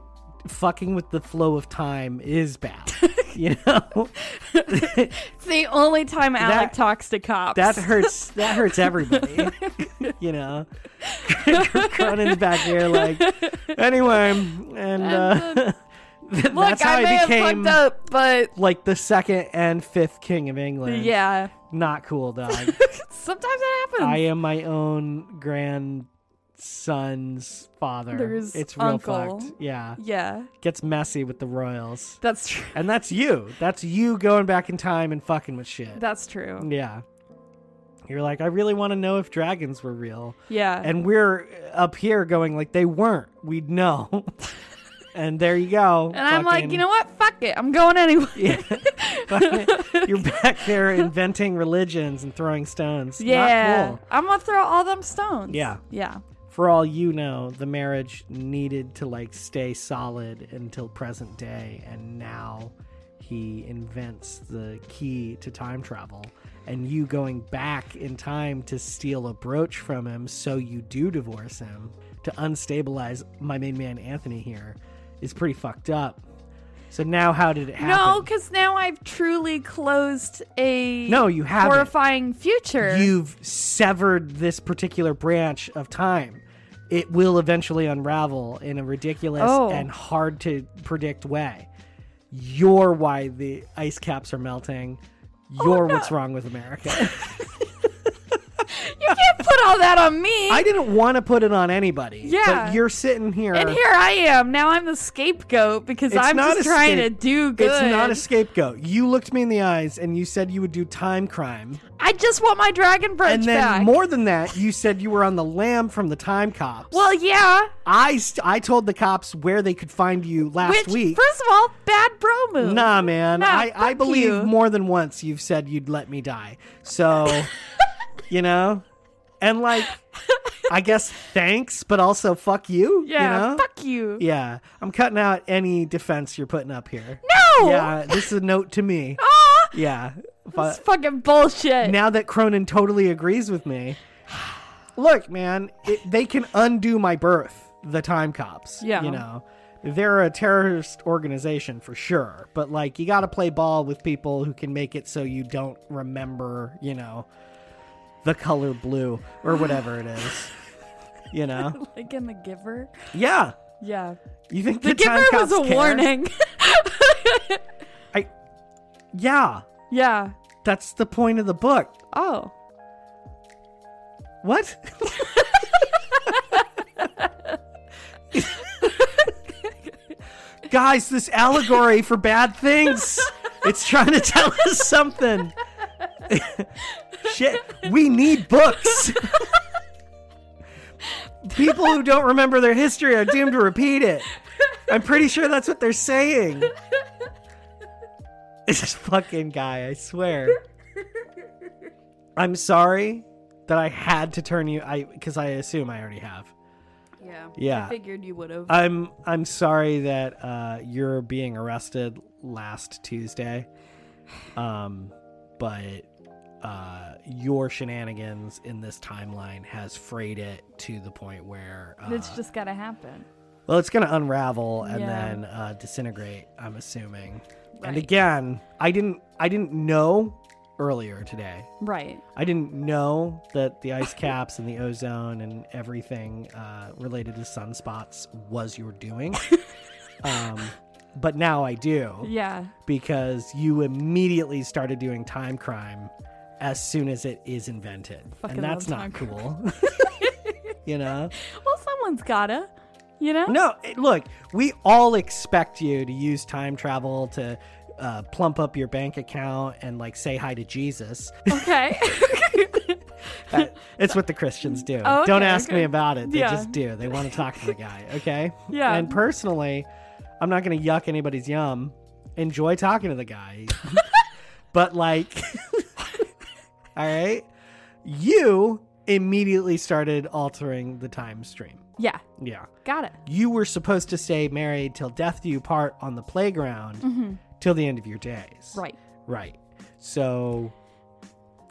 [SPEAKER 2] fucking with the flow of time is bad. you know,
[SPEAKER 1] It's the only time Alec
[SPEAKER 2] That-
[SPEAKER 1] talks to cops.
[SPEAKER 2] that hurts. That hurts everybody. you know, Cronin's back here like, anyway, and, uh, that's
[SPEAKER 1] Look,
[SPEAKER 2] how
[SPEAKER 1] I
[SPEAKER 2] I,
[SPEAKER 1] may have
[SPEAKER 2] became
[SPEAKER 1] fucked up, but
[SPEAKER 2] like the second and fifth king of England.
[SPEAKER 1] yeah,
[SPEAKER 2] not cool, dog.
[SPEAKER 1] sometimes that happens.
[SPEAKER 2] I am my own grandson's father.
[SPEAKER 1] There's
[SPEAKER 2] it's real
[SPEAKER 1] uncle.
[SPEAKER 2] fucked. Yeah.
[SPEAKER 1] yeah,
[SPEAKER 2] Gets messy with the royals.
[SPEAKER 1] that's true.
[SPEAKER 2] And that's you. That's you going back in time and fucking with shit.
[SPEAKER 1] That's true.
[SPEAKER 2] yeah. You're like, I really want to know if dragons were real.
[SPEAKER 1] Yeah,
[SPEAKER 2] And we're up here going like they weren't. We'd know. and there you go.
[SPEAKER 1] and I'm like,
[SPEAKER 2] Fucking-
[SPEAKER 1] you know what? Fuck it, I'm going anyway.
[SPEAKER 2] Yeah. Fucking- You're back there inventing religions and throwing stones. Not
[SPEAKER 1] Yeah,
[SPEAKER 2] cool.
[SPEAKER 1] I'm gonna throw all them stones.
[SPEAKER 2] Yeah.
[SPEAKER 1] yeah,
[SPEAKER 2] for all you know, the marriage needed to like stay solid until present day, and now he invents the key to time travel. And you going back in time to steal a brooch from him, so you do divorce him to unstabilize my main man Anthony here is pretty fucked up. So now, how did it
[SPEAKER 1] no,
[SPEAKER 2] happen?
[SPEAKER 1] because now I've truly closed a
[SPEAKER 2] No, you haven't.
[SPEAKER 1] horrifying future.
[SPEAKER 2] You've severed this particular branch of time. It will eventually unravel in a ridiculous
[SPEAKER 1] Oh.
[SPEAKER 2] and hard to predict way. You're why the ice caps are melting.
[SPEAKER 1] Oh,
[SPEAKER 2] You're what's wrong with America.
[SPEAKER 1] You can't put all that on me.
[SPEAKER 2] I didn't want to put it on anybody.
[SPEAKER 1] Yeah.
[SPEAKER 2] But you're sitting here.
[SPEAKER 1] and here I am. Now I'm the scapegoat because
[SPEAKER 2] It's
[SPEAKER 1] I'm
[SPEAKER 2] not
[SPEAKER 1] just
[SPEAKER 2] a
[SPEAKER 1] trying
[SPEAKER 2] scape-
[SPEAKER 1] to do good.
[SPEAKER 2] It's not a scapegoat. You looked me in the eyes and you said you would do time crime.
[SPEAKER 1] I just want my dragon brooch
[SPEAKER 2] And then
[SPEAKER 1] back.
[SPEAKER 2] more than that, you said you were on the lamb from the time cops.
[SPEAKER 1] well, yeah.
[SPEAKER 2] I st- I told the cops where they could find you last
[SPEAKER 1] Which,
[SPEAKER 2] week.
[SPEAKER 1] first of all, bad bro move.
[SPEAKER 2] Nah, man.
[SPEAKER 1] Nah,
[SPEAKER 2] I, I
[SPEAKER 1] fuck
[SPEAKER 2] believe
[SPEAKER 1] you.
[SPEAKER 2] more than once you've said you'd let me die. So, you know? And like, I guess thanks, but also fuck you.
[SPEAKER 1] yeah,
[SPEAKER 2] You know?
[SPEAKER 1] fuck you.
[SPEAKER 2] yeah. I'm cutting out any defense you're putting up here.
[SPEAKER 1] No.
[SPEAKER 2] Yeah. This is a note to me.
[SPEAKER 1] Ah,
[SPEAKER 2] Yeah.
[SPEAKER 1] it's
[SPEAKER 2] But
[SPEAKER 1] fucking bullshit.
[SPEAKER 2] now that Cronin totally agrees with me, look, man, it, they can undo my birth, the time cops.
[SPEAKER 1] Yeah.
[SPEAKER 2] You know, they're a terrorist organization for sure, but like, you got to play ball with people who can make it so you don't remember, you know, the color blue or whatever it is. You know?
[SPEAKER 1] like in the Giver.
[SPEAKER 2] Yeah.
[SPEAKER 1] Yeah,
[SPEAKER 2] You think
[SPEAKER 1] the,
[SPEAKER 2] the, time
[SPEAKER 1] Giver was
[SPEAKER 2] cops
[SPEAKER 1] a
[SPEAKER 2] care?
[SPEAKER 1] warning.
[SPEAKER 2] I, yeah.
[SPEAKER 1] yeah.
[SPEAKER 2] That's the point of the book.
[SPEAKER 1] Oh.
[SPEAKER 2] What? Guys, this allegory for bad things. It's trying to tell us something. Shit, we need books. People who don't remember their history are doomed to repeat it. I'm pretty sure that's what they're saying. This fucking guy, I swear. I'm sorry that I had to turn you I cuz I assume I already have.
[SPEAKER 1] Yeah.
[SPEAKER 2] Yeah. Uh,
[SPEAKER 1] figured you would have.
[SPEAKER 2] I'm I'm sorry that uh, you're being arrested last Tuesday. Um, but uh, your shenanigans in this timeline has frayed it to the point where uh,
[SPEAKER 1] it's just gotta happen.
[SPEAKER 2] well, it's going to unravel and
[SPEAKER 1] Yeah.
[SPEAKER 2] then uh, disintegrate. I'm assuming.
[SPEAKER 1] Right.
[SPEAKER 2] And again, I didn't I didn't know earlier today
[SPEAKER 1] Right.
[SPEAKER 2] I didn't know that the ice caps and the ozone and everything uh, related to sunspots was your doing. um, but now I do
[SPEAKER 1] Yeah.
[SPEAKER 2] because you immediately started doing time crime as soon as it is invented.
[SPEAKER 1] Fucking
[SPEAKER 2] and that's
[SPEAKER 1] love
[SPEAKER 2] not
[SPEAKER 1] time
[SPEAKER 2] cool. you know?
[SPEAKER 1] Well, someone's gotta. You know.
[SPEAKER 2] No, it- look, we all expect you to use time travel to uh, plump up your bank account and like say hi to Jesus.
[SPEAKER 1] Okay.
[SPEAKER 2] That- it's what the Christians do.
[SPEAKER 1] Oh, okay,
[SPEAKER 2] Don't ask
[SPEAKER 1] okay.
[SPEAKER 2] me about it. They
[SPEAKER 1] Yeah.
[SPEAKER 2] just do. They want to talk to the guy. Okay.
[SPEAKER 1] Yeah.
[SPEAKER 2] And personally, I'm not going to yuck anybody's yum. Enjoy talking to the guy. but like, all right, you immediately started altering the time stream.
[SPEAKER 1] Yeah,
[SPEAKER 2] Yeah.
[SPEAKER 1] got it.
[SPEAKER 2] You were supposed to stay married till death do you part on the playground
[SPEAKER 1] Mm-hmm.
[SPEAKER 2] till the end of your days.
[SPEAKER 1] Right.
[SPEAKER 2] Right. So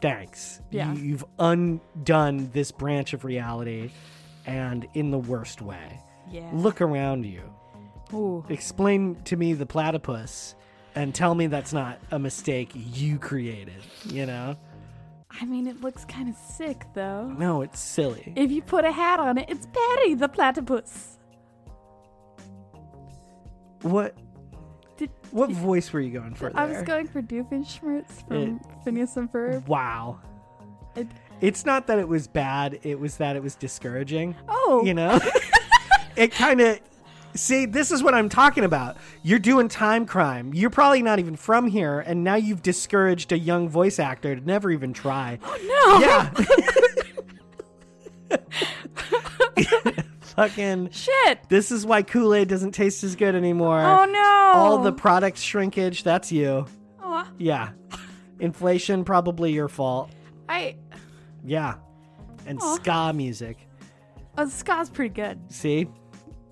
[SPEAKER 2] thanks.
[SPEAKER 1] Yeah.
[SPEAKER 2] You, you've undone this branch of reality and in the worst way.
[SPEAKER 1] Yeah.
[SPEAKER 2] Look around you.
[SPEAKER 1] Ooh.
[SPEAKER 2] Explain to me the platypus and tell me that's not a mistake you created, you know?
[SPEAKER 1] I mean, it looks kind of sick though.
[SPEAKER 2] No, it's silly.
[SPEAKER 1] If you put a hat on it, it's Patty the platypus.
[SPEAKER 2] what
[SPEAKER 1] Did-
[SPEAKER 2] what voice were you going for there?
[SPEAKER 1] I was going for Doofenshmirtz from Phineas and Ferb.
[SPEAKER 2] Wow.
[SPEAKER 1] It-
[SPEAKER 2] It's not that it was bad, it was that it was discouraging.
[SPEAKER 1] Oh.
[SPEAKER 2] You know? it kind of. See, this is what I'm talking about. You're doing time crime. You're probably not even from here, and now you've discouraged a young voice actor to never even try.
[SPEAKER 1] No.
[SPEAKER 2] Yeah. Fucking.
[SPEAKER 1] Shit.
[SPEAKER 2] This is why Kool Aid doesn't taste as good anymore.
[SPEAKER 1] Oh no. Oh,
[SPEAKER 2] All the product shrinkage, that's you.
[SPEAKER 1] Aw,
[SPEAKER 2] Yeah. Inflation, probably your fault.
[SPEAKER 1] I.
[SPEAKER 2] Yeah. And
[SPEAKER 1] Aw.
[SPEAKER 2] ska music.
[SPEAKER 1] Oh, Scott's pretty good.
[SPEAKER 2] See?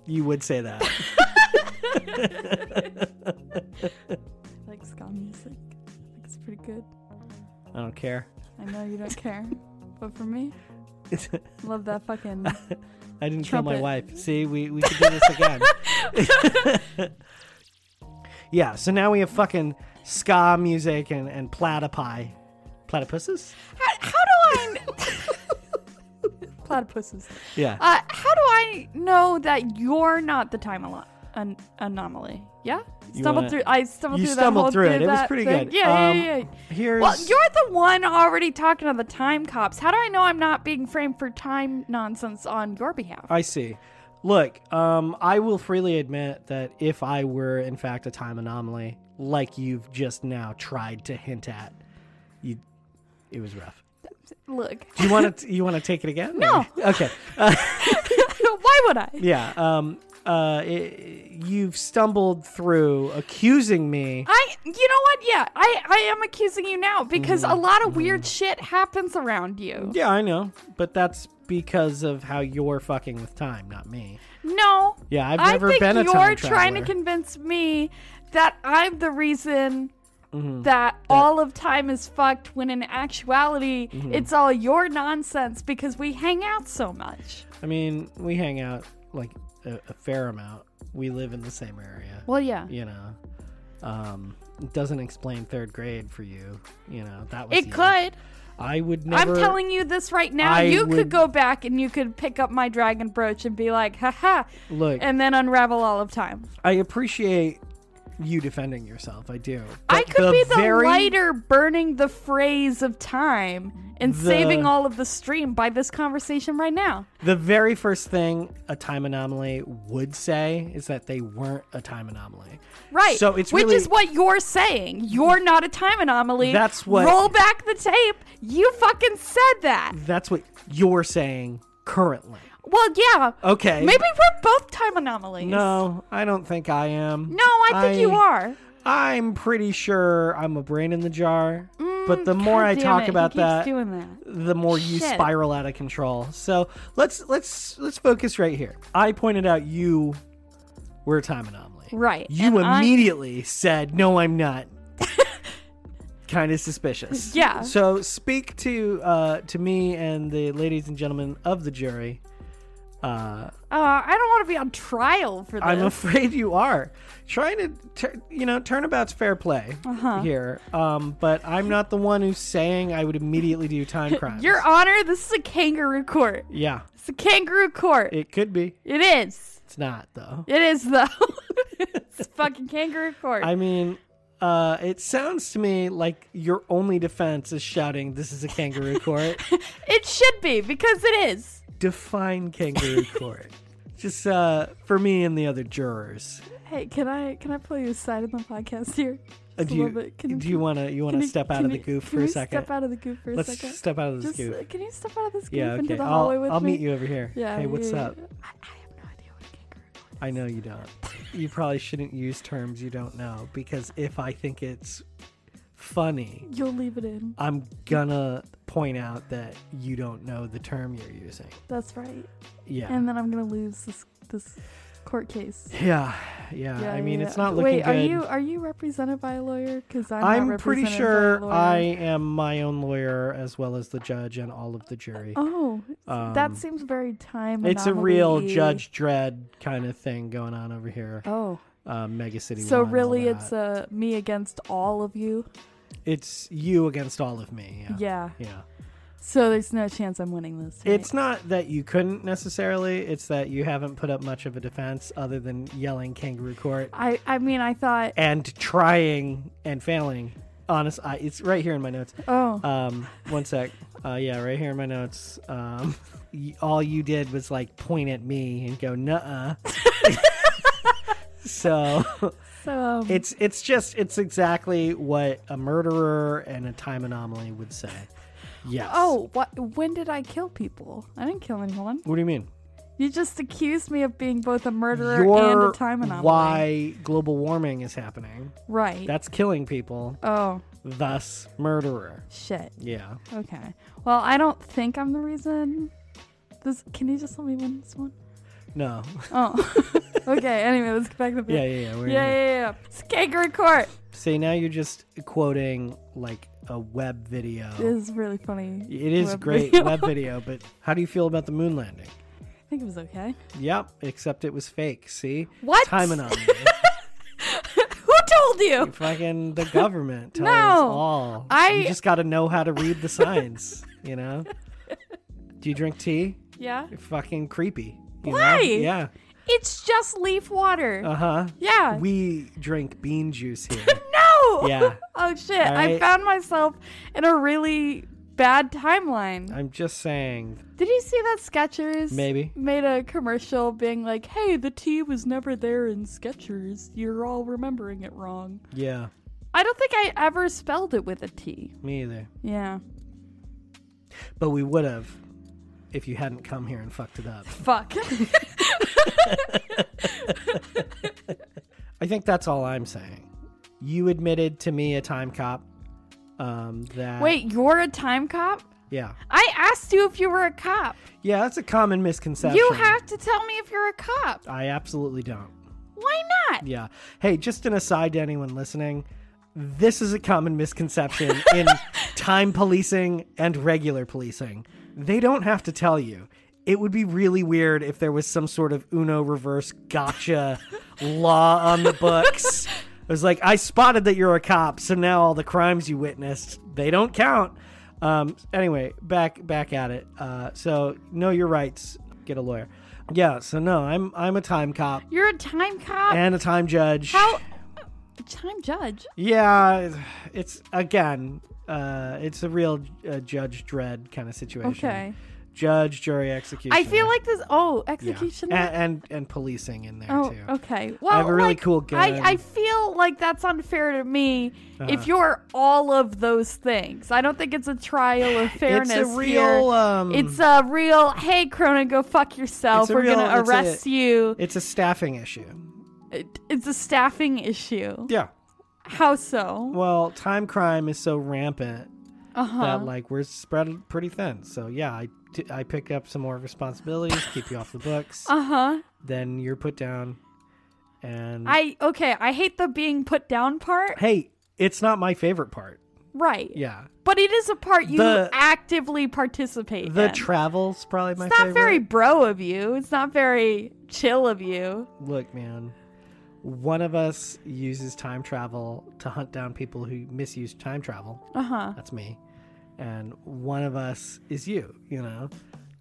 [SPEAKER 2] You would say that.
[SPEAKER 1] I like ska music. I think it's pretty good.
[SPEAKER 2] I don't care.
[SPEAKER 1] I know you don't care, but for me, love that fucking.
[SPEAKER 2] I didn't kill my
[SPEAKER 1] Trumpet.
[SPEAKER 2] wife. See, we, we could do this again. yeah, so now we have fucking ska music and, and platypi. Platypuses?
[SPEAKER 1] How, how do I? kn- Platypuses.
[SPEAKER 2] Yeah.
[SPEAKER 1] Uh, how do I know that you're not the time alo- an- anomaly? Yeah,
[SPEAKER 2] You
[SPEAKER 1] stumbled
[SPEAKER 2] wanna-
[SPEAKER 1] through. I stumbled
[SPEAKER 2] you
[SPEAKER 1] through that whole
[SPEAKER 2] stumbled through it.
[SPEAKER 1] through
[SPEAKER 2] It was
[SPEAKER 1] that
[SPEAKER 2] pretty
[SPEAKER 1] thing.
[SPEAKER 2] good.
[SPEAKER 1] Yeah,
[SPEAKER 2] Um,
[SPEAKER 1] yeah, yeah.
[SPEAKER 2] Here's
[SPEAKER 1] Well, you're the one already talking to the time cops. How do I know I'm not being framed for time nonsense on your behalf?
[SPEAKER 2] I see. Look, um, I will freely admit that if I were, in fact, a time anomaly, like you've just now tried to hint at, you, it was rough.
[SPEAKER 1] Look,
[SPEAKER 2] Do you want to? You want to take it again?
[SPEAKER 1] No.
[SPEAKER 2] Okay.
[SPEAKER 1] why would I?
[SPEAKER 2] Yeah. Um. Uh. It, you've stumbled through accusing me.
[SPEAKER 1] I, you know what? Yeah, I, I am accusing you now because
[SPEAKER 2] Mm-hmm.
[SPEAKER 1] a lot of weird shit happens around you.
[SPEAKER 2] Yeah, I know, but that's because of how you're fucking with time, not me.
[SPEAKER 1] No,
[SPEAKER 2] Yeah, I've
[SPEAKER 1] I
[SPEAKER 2] never
[SPEAKER 1] think
[SPEAKER 2] been a
[SPEAKER 1] you're
[SPEAKER 2] time
[SPEAKER 1] trying to
[SPEAKER 2] traveler.
[SPEAKER 1] convince me that I'm the reason
[SPEAKER 2] Mm-hmm.
[SPEAKER 1] that all of time is fucked. When in actuality,
[SPEAKER 2] Mm-hmm.
[SPEAKER 1] it's all your nonsense because we hang out so much.
[SPEAKER 2] I mean, we hang out like a, a fair amount. We live in the same area.
[SPEAKER 1] Well, yeah,
[SPEAKER 2] you know um it doesn't explain third grade for you you know that was
[SPEAKER 1] it
[SPEAKER 2] you.
[SPEAKER 1] could.
[SPEAKER 2] i would never
[SPEAKER 1] I'm telling you this right now.
[SPEAKER 2] I
[SPEAKER 1] you
[SPEAKER 2] would-
[SPEAKER 1] could go back and you could pick up my dragon brooch and be like, haha,
[SPEAKER 2] look
[SPEAKER 1] and then unravel all of time.
[SPEAKER 2] i appreciate you defending yourself i do
[SPEAKER 1] I
[SPEAKER 2] But
[SPEAKER 1] could be the
[SPEAKER 2] very-
[SPEAKER 1] lighter burning the phrase of time and
[SPEAKER 2] The-
[SPEAKER 1] saving all of the stream by this conversation right now.
[SPEAKER 2] the very first thing a time anomaly would say is that they weren't a time anomaly
[SPEAKER 1] Right.
[SPEAKER 2] So it's
[SPEAKER 1] which
[SPEAKER 2] really-
[SPEAKER 1] is what you're saying. You're not a time anomaly.
[SPEAKER 2] That's what-
[SPEAKER 1] Roll back the tape. You fucking said that.
[SPEAKER 2] that's what you're saying currently
[SPEAKER 1] Well, yeah.
[SPEAKER 2] okay
[SPEAKER 1] Maybe we're both time anomalies.
[SPEAKER 2] no i don't think i am
[SPEAKER 1] No, I think you are.
[SPEAKER 2] i'm pretty sure i'm a brain in the jar but the more
[SPEAKER 1] God
[SPEAKER 2] i
[SPEAKER 1] damn
[SPEAKER 2] talk
[SPEAKER 1] it,
[SPEAKER 2] about
[SPEAKER 1] Mm, he keeps
[SPEAKER 2] that
[SPEAKER 1] doing that.
[SPEAKER 2] the more you
[SPEAKER 1] Shit.
[SPEAKER 2] spiral out of control. So let's let's let's focus right here. I pointed out you were a time anomaly.
[SPEAKER 1] Right.
[SPEAKER 2] You
[SPEAKER 1] and I-
[SPEAKER 2] immediately said, "No, I'm not." kind of suspicious.
[SPEAKER 1] Yeah.
[SPEAKER 2] So speak to uh, to me and the ladies and gentlemen of the jury.
[SPEAKER 1] uh,
[SPEAKER 2] Uh,
[SPEAKER 1] I don't want to be on trial for this.
[SPEAKER 2] I'm afraid you are trying to, tur you know, turnabout's fair play
[SPEAKER 1] Uh-huh.
[SPEAKER 2] here. Um, but I'm not the one who's saying I would immediately do time crimes.
[SPEAKER 1] Your Honor, this is a kangaroo court.
[SPEAKER 2] yeah.
[SPEAKER 1] It's a kangaroo court.
[SPEAKER 2] It could be.
[SPEAKER 1] it is.
[SPEAKER 2] It's not though.
[SPEAKER 1] It is though. it's fucking kangaroo court.
[SPEAKER 2] I mean, uh, it sounds to me like your only defense is shouting, "This is a kangaroo court."
[SPEAKER 1] It should be because it is.
[SPEAKER 2] Define kangaroo court. Just uh, for me and the other jurors.
[SPEAKER 1] Hey, can I can I play you aside in the podcast here?
[SPEAKER 2] Uh,
[SPEAKER 1] Just
[SPEAKER 2] do
[SPEAKER 1] a
[SPEAKER 2] you
[SPEAKER 1] little bit. Can-
[SPEAKER 2] do you want to you want
[SPEAKER 1] can
[SPEAKER 2] to
[SPEAKER 1] you-
[SPEAKER 2] step out
[SPEAKER 1] can
[SPEAKER 2] of the
[SPEAKER 1] you-
[SPEAKER 2] goof
[SPEAKER 1] can
[SPEAKER 2] for a
[SPEAKER 1] we
[SPEAKER 2] second?
[SPEAKER 1] Step out of the goof for a
[SPEAKER 2] Let's
[SPEAKER 1] second.
[SPEAKER 2] step out of
[SPEAKER 1] Just,
[SPEAKER 2] this goof.
[SPEAKER 1] uh, can you step out of this goof
[SPEAKER 2] yeah,
[SPEAKER 1] into
[SPEAKER 2] okay.
[SPEAKER 1] the
[SPEAKER 2] I'll,
[SPEAKER 1] hallway with
[SPEAKER 2] I'll
[SPEAKER 1] me?
[SPEAKER 2] meet you over here.
[SPEAKER 1] Yeah.
[SPEAKER 2] hey, what's
[SPEAKER 1] yeah, yeah.
[SPEAKER 2] up?
[SPEAKER 1] I, I have no idea what a kangaroo court
[SPEAKER 2] I know you don't. You probably shouldn't use terms you don't know because if I think it's funny,
[SPEAKER 1] You'll leave it in.
[SPEAKER 2] I'm gonna point out that you don't know the term you're using.
[SPEAKER 1] That's right.
[SPEAKER 2] Yeah.
[SPEAKER 1] And then I'm gonna lose this this court case.
[SPEAKER 2] yeah, yeah,
[SPEAKER 1] Yeah,
[SPEAKER 2] I mean,
[SPEAKER 1] yeah,
[SPEAKER 2] it's
[SPEAKER 1] yeah.
[SPEAKER 2] not looking
[SPEAKER 1] Wait,
[SPEAKER 2] good.
[SPEAKER 1] are you are you represented by a lawyer? Because I'm, not
[SPEAKER 2] I'm, pretty
[SPEAKER 1] represented by a
[SPEAKER 2] sure
[SPEAKER 1] lawyer.
[SPEAKER 2] I am my own lawyer as well as the judge and all of the jury.
[SPEAKER 1] Oh,
[SPEAKER 2] Um,
[SPEAKER 1] that seems very time.
[SPEAKER 2] It's a real
[SPEAKER 1] anomaly.
[SPEAKER 2] Judge Dredd kind of thing going on over here.
[SPEAKER 1] Oh,
[SPEAKER 2] Uh, Mega City.
[SPEAKER 1] so
[SPEAKER 2] One and all
[SPEAKER 1] really,
[SPEAKER 2] that.
[SPEAKER 1] it's uh, me against all of you.
[SPEAKER 2] it's you against all of me. Yeah.
[SPEAKER 1] Yeah.
[SPEAKER 2] Yeah.
[SPEAKER 1] So there's no chance I'm winning this. right?
[SPEAKER 2] It's not that you couldn't necessarily. It's that you haven't put up much of a defense other than yelling kangaroo court
[SPEAKER 1] I I mean I thought.
[SPEAKER 2] and trying and failing. Honest, I, it's right here in my notes.
[SPEAKER 1] Oh.
[SPEAKER 2] Um, one sec. Uh, yeah, right here in my notes. Um, y- all you did was like point at me and go, "Nuh-uh." so
[SPEAKER 1] so um,
[SPEAKER 2] it's it's just it's exactly what a murderer and a time anomaly would say. Yes.
[SPEAKER 1] Oh, what? When did I kill people? I didn't kill anyone.
[SPEAKER 2] What do you mean?
[SPEAKER 1] You just accused me of being both a murderer and
[SPEAKER 2] Your
[SPEAKER 1] a time anomaly.
[SPEAKER 2] why global warming is happening.
[SPEAKER 1] Right.
[SPEAKER 2] That's killing people.
[SPEAKER 1] oh
[SPEAKER 2] Thus, murderer.
[SPEAKER 1] shit.
[SPEAKER 2] Yeah.
[SPEAKER 1] Okay. Well, I don't think I'm the reason. This. Can you just let me win this one?
[SPEAKER 2] No.
[SPEAKER 1] Oh. okay. Anyway, let's get back to the.
[SPEAKER 2] Yeah, yeah, yeah. We're
[SPEAKER 1] Yeah, yeah, yeah. Skanker in Court
[SPEAKER 2] See, now you're just quoting like a web video.
[SPEAKER 1] is really funny.
[SPEAKER 2] It is
[SPEAKER 1] web
[SPEAKER 2] great
[SPEAKER 1] video.
[SPEAKER 2] web video, but how do you feel about the moon landing?
[SPEAKER 1] I think it was okay.
[SPEAKER 2] Yep, except it was fake. See,
[SPEAKER 1] What?
[SPEAKER 2] Time anomaly.
[SPEAKER 1] Who told you?
[SPEAKER 2] Fucking the government tells
[SPEAKER 1] No.
[SPEAKER 2] us all.
[SPEAKER 1] I-
[SPEAKER 2] you just got to know how to read the signs. you know. Do you drink tea?
[SPEAKER 1] Yeah.
[SPEAKER 2] You're fucking creepy. You
[SPEAKER 1] Why?
[SPEAKER 2] Know? Yeah.
[SPEAKER 1] It's just leaf water.
[SPEAKER 2] Uh huh.
[SPEAKER 1] yeah.
[SPEAKER 2] We drink bean juice here.
[SPEAKER 1] no.
[SPEAKER 2] Yeah.
[SPEAKER 1] Oh shit!
[SPEAKER 2] All
[SPEAKER 1] I
[SPEAKER 2] right.
[SPEAKER 1] found myself in a really bad timeline.
[SPEAKER 2] I'm just saying.
[SPEAKER 1] Did you see that Skechers
[SPEAKER 2] Maybe.
[SPEAKER 1] made a commercial being like, "Hey, the tea was never there in Skechers. You're all remembering it wrong."
[SPEAKER 2] Yeah.
[SPEAKER 1] I don't think I ever spelled it with a T.
[SPEAKER 2] Me either.
[SPEAKER 1] Yeah.
[SPEAKER 2] But we would have if you hadn't come here and fucked it up.
[SPEAKER 1] Fuck.
[SPEAKER 2] I think that's all I'm saying. You admitted to me a time cop. Um, that
[SPEAKER 1] Wait, you're a time cop?
[SPEAKER 2] yeah,
[SPEAKER 1] I asked you if you were a cop.
[SPEAKER 2] yeah, that's a common misconception.
[SPEAKER 1] You have to tell me if you're a cop.
[SPEAKER 2] I absolutely don't.
[SPEAKER 1] Why not?
[SPEAKER 2] Yeah. Hey, just an aside to anyone listening, this is a common misconception in time policing and regular policing. They don't have to tell you. It would be really weird if there was some sort of Uno reverse gotcha law on the books. It was like, I spotted that you're a cop, so now all the crimes you witnessed, they don't count. Um, anyway, back back at it. Uh, so know your rights, get a lawyer. Yeah, so no, I'm I'm a time cop
[SPEAKER 1] You're a time cop?
[SPEAKER 2] and a time judge.
[SPEAKER 1] How? Time judge?
[SPEAKER 2] Yeah, it's again, uh, it's a real uh, judge dread kind of situation.
[SPEAKER 1] Okay.
[SPEAKER 2] Judge, jury, execution.
[SPEAKER 1] I feel like this. Oh,
[SPEAKER 2] yeah.
[SPEAKER 1] execution.
[SPEAKER 2] and, and and policing in there
[SPEAKER 1] Oh,
[SPEAKER 2] too.
[SPEAKER 1] okay. Well,
[SPEAKER 2] a really
[SPEAKER 1] like,
[SPEAKER 2] cool gun. Uh-huh.
[SPEAKER 1] I, I feel like that's unfair to me if you're all of those things. I don't think it's a trial of fairness.
[SPEAKER 2] It's a
[SPEAKER 1] here.
[SPEAKER 2] real. Um,
[SPEAKER 1] It's a real. Hey, Cronin, go fuck yourself.
[SPEAKER 2] It's a
[SPEAKER 1] We're
[SPEAKER 2] real-
[SPEAKER 1] gonna
[SPEAKER 2] it's a-
[SPEAKER 1] arrest you.
[SPEAKER 2] it's a staffing issue.
[SPEAKER 1] It- it's a staffing issue.
[SPEAKER 2] Yeah.
[SPEAKER 1] How so?
[SPEAKER 2] Well, time crime is so rampant
[SPEAKER 1] Uh
[SPEAKER 2] that
[SPEAKER 1] huh.
[SPEAKER 2] like we're spread pretty thin. So yeah, I t- I pick up some more responsibilities, keep you off the books.
[SPEAKER 1] Uh huh.
[SPEAKER 2] then you're put down, and
[SPEAKER 1] I okay. I hate the being put down part.
[SPEAKER 2] hey, it's not my favorite part.
[SPEAKER 1] Right.
[SPEAKER 2] Yeah.
[SPEAKER 1] But it is a part you
[SPEAKER 2] The-
[SPEAKER 1] actively participate
[SPEAKER 2] The
[SPEAKER 1] in.
[SPEAKER 2] travel's probably my
[SPEAKER 1] it's not
[SPEAKER 2] favorite.
[SPEAKER 1] very bro of you. It's not very chill of you.
[SPEAKER 2] Look, man. One of us uses time travel to hunt down people who misuse time travel.
[SPEAKER 1] Uh huh.
[SPEAKER 2] That's me. And one of us is you, you know,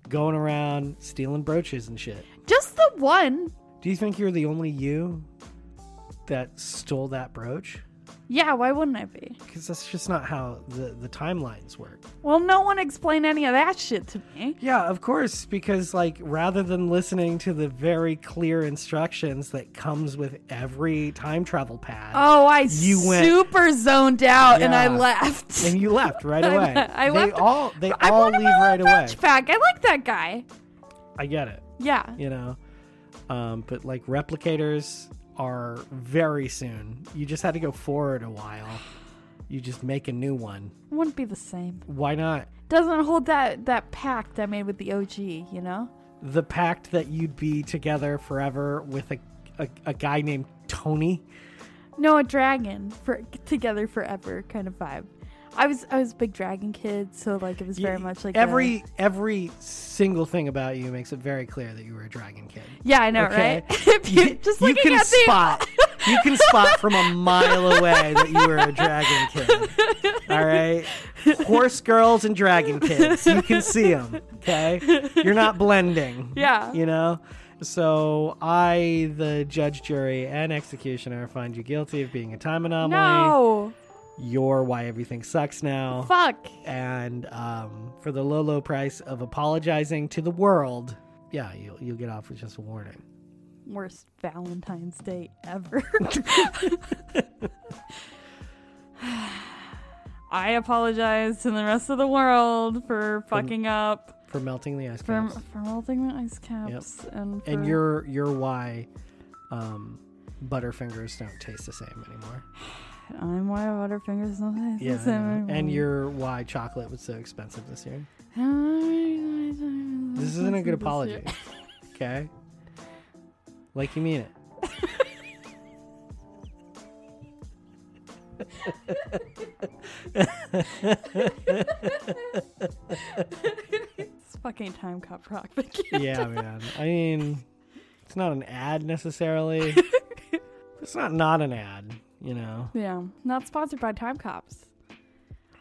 [SPEAKER 2] going around stealing brooches and shit.
[SPEAKER 1] Just the one.
[SPEAKER 2] Do you think you're the only you that stole that brooch?
[SPEAKER 1] Yeah, why wouldn't I be?
[SPEAKER 2] Because that's just not how the, the timelines work.
[SPEAKER 1] Well, no one explained any of that shit to me.
[SPEAKER 2] Yeah, of course, because like rather than listening to the very clear instructions that comes with every time travel pad,
[SPEAKER 1] Oh, I
[SPEAKER 2] You went-
[SPEAKER 1] super zoned out and I
[SPEAKER 2] Yeah.
[SPEAKER 1] left.
[SPEAKER 2] and you left right away.
[SPEAKER 1] I
[SPEAKER 2] they
[SPEAKER 1] left-
[SPEAKER 2] all they
[SPEAKER 1] I
[SPEAKER 2] all
[SPEAKER 1] wanted
[SPEAKER 2] leave
[SPEAKER 1] my own
[SPEAKER 2] right away.
[SPEAKER 1] French pack. I like that guy.
[SPEAKER 2] I get it,
[SPEAKER 1] Yeah.
[SPEAKER 2] you know. Um, but like replicators are very soon. You just had to go forward a while. You just make a new one.
[SPEAKER 1] Wouldn't be the same.
[SPEAKER 2] Why not?
[SPEAKER 1] Doesn't hold that that pact I made with the OG. You know.
[SPEAKER 2] The pact that you'd be together forever with a, a, a guy named Tony.
[SPEAKER 1] No, a dragon for together forever kind of vibe. I was I was a big dragon kid, so like it was very
[SPEAKER 2] Y-
[SPEAKER 1] much like
[SPEAKER 2] every
[SPEAKER 1] a-
[SPEAKER 2] every single thing about you makes it very clear that you were a dragon kid.
[SPEAKER 1] yeah, I know,
[SPEAKER 2] okay.
[SPEAKER 1] right? If you, just
[SPEAKER 2] you
[SPEAKER 1] looking
[SPEAKER 2] can
[SPEAKER 1] at the
[SPEAKER 2] spot. you can spot from a mile away that you were a dragon kid. All right, horse girls and dragon kids. You can see them. Okay, you're not blending.
[SPEAKER 1] Yeah.
[SPEAKER 2] you know. So I, the judge, jury, and executioner, find you guilty of being a time anomaly.
[SPEAKER 1] no,
[SPEAKER 2] You're why everything sucks now
[SPEAKER 1] fuck,
[SPEAKER 2] and um, for the low, low price of apologizing to the world, yeah, you'll, you'll get off with just a warning.
[SPEAKER 1] worst Valentine's Day ever. I apologize to the rest of the world for fucking up
[SPEAKER 2] For melting the ice
[SPEAKER 1] for
[SPEAKER 2] caps.
[SPEAKER 1] for melting the ice caps and for,
[SPEAKER 2] and you're, you're why um, Butterfingers don't taste the same anymore.
[SPEAKER 1] I'm why Butterfingers not
[SPEAKER 2] Yeah.
[SPEAKER 1] the same
[SPEAKER 2] and you're why chocolate was so expensive this year.
[SPEAKER 1] anymore.
[SPEAKER 2] This isn't a good apology. Okay? Like you mean it.
[SPEAKER 1] It's fucking time cop rock. Thank you.
[SPEAKER 2] yeah, man. I mean, it's not an ad necessarily. it's not not an ad, you know.
[SPEAKER 1] Yeah, not sponsored by Time Cops.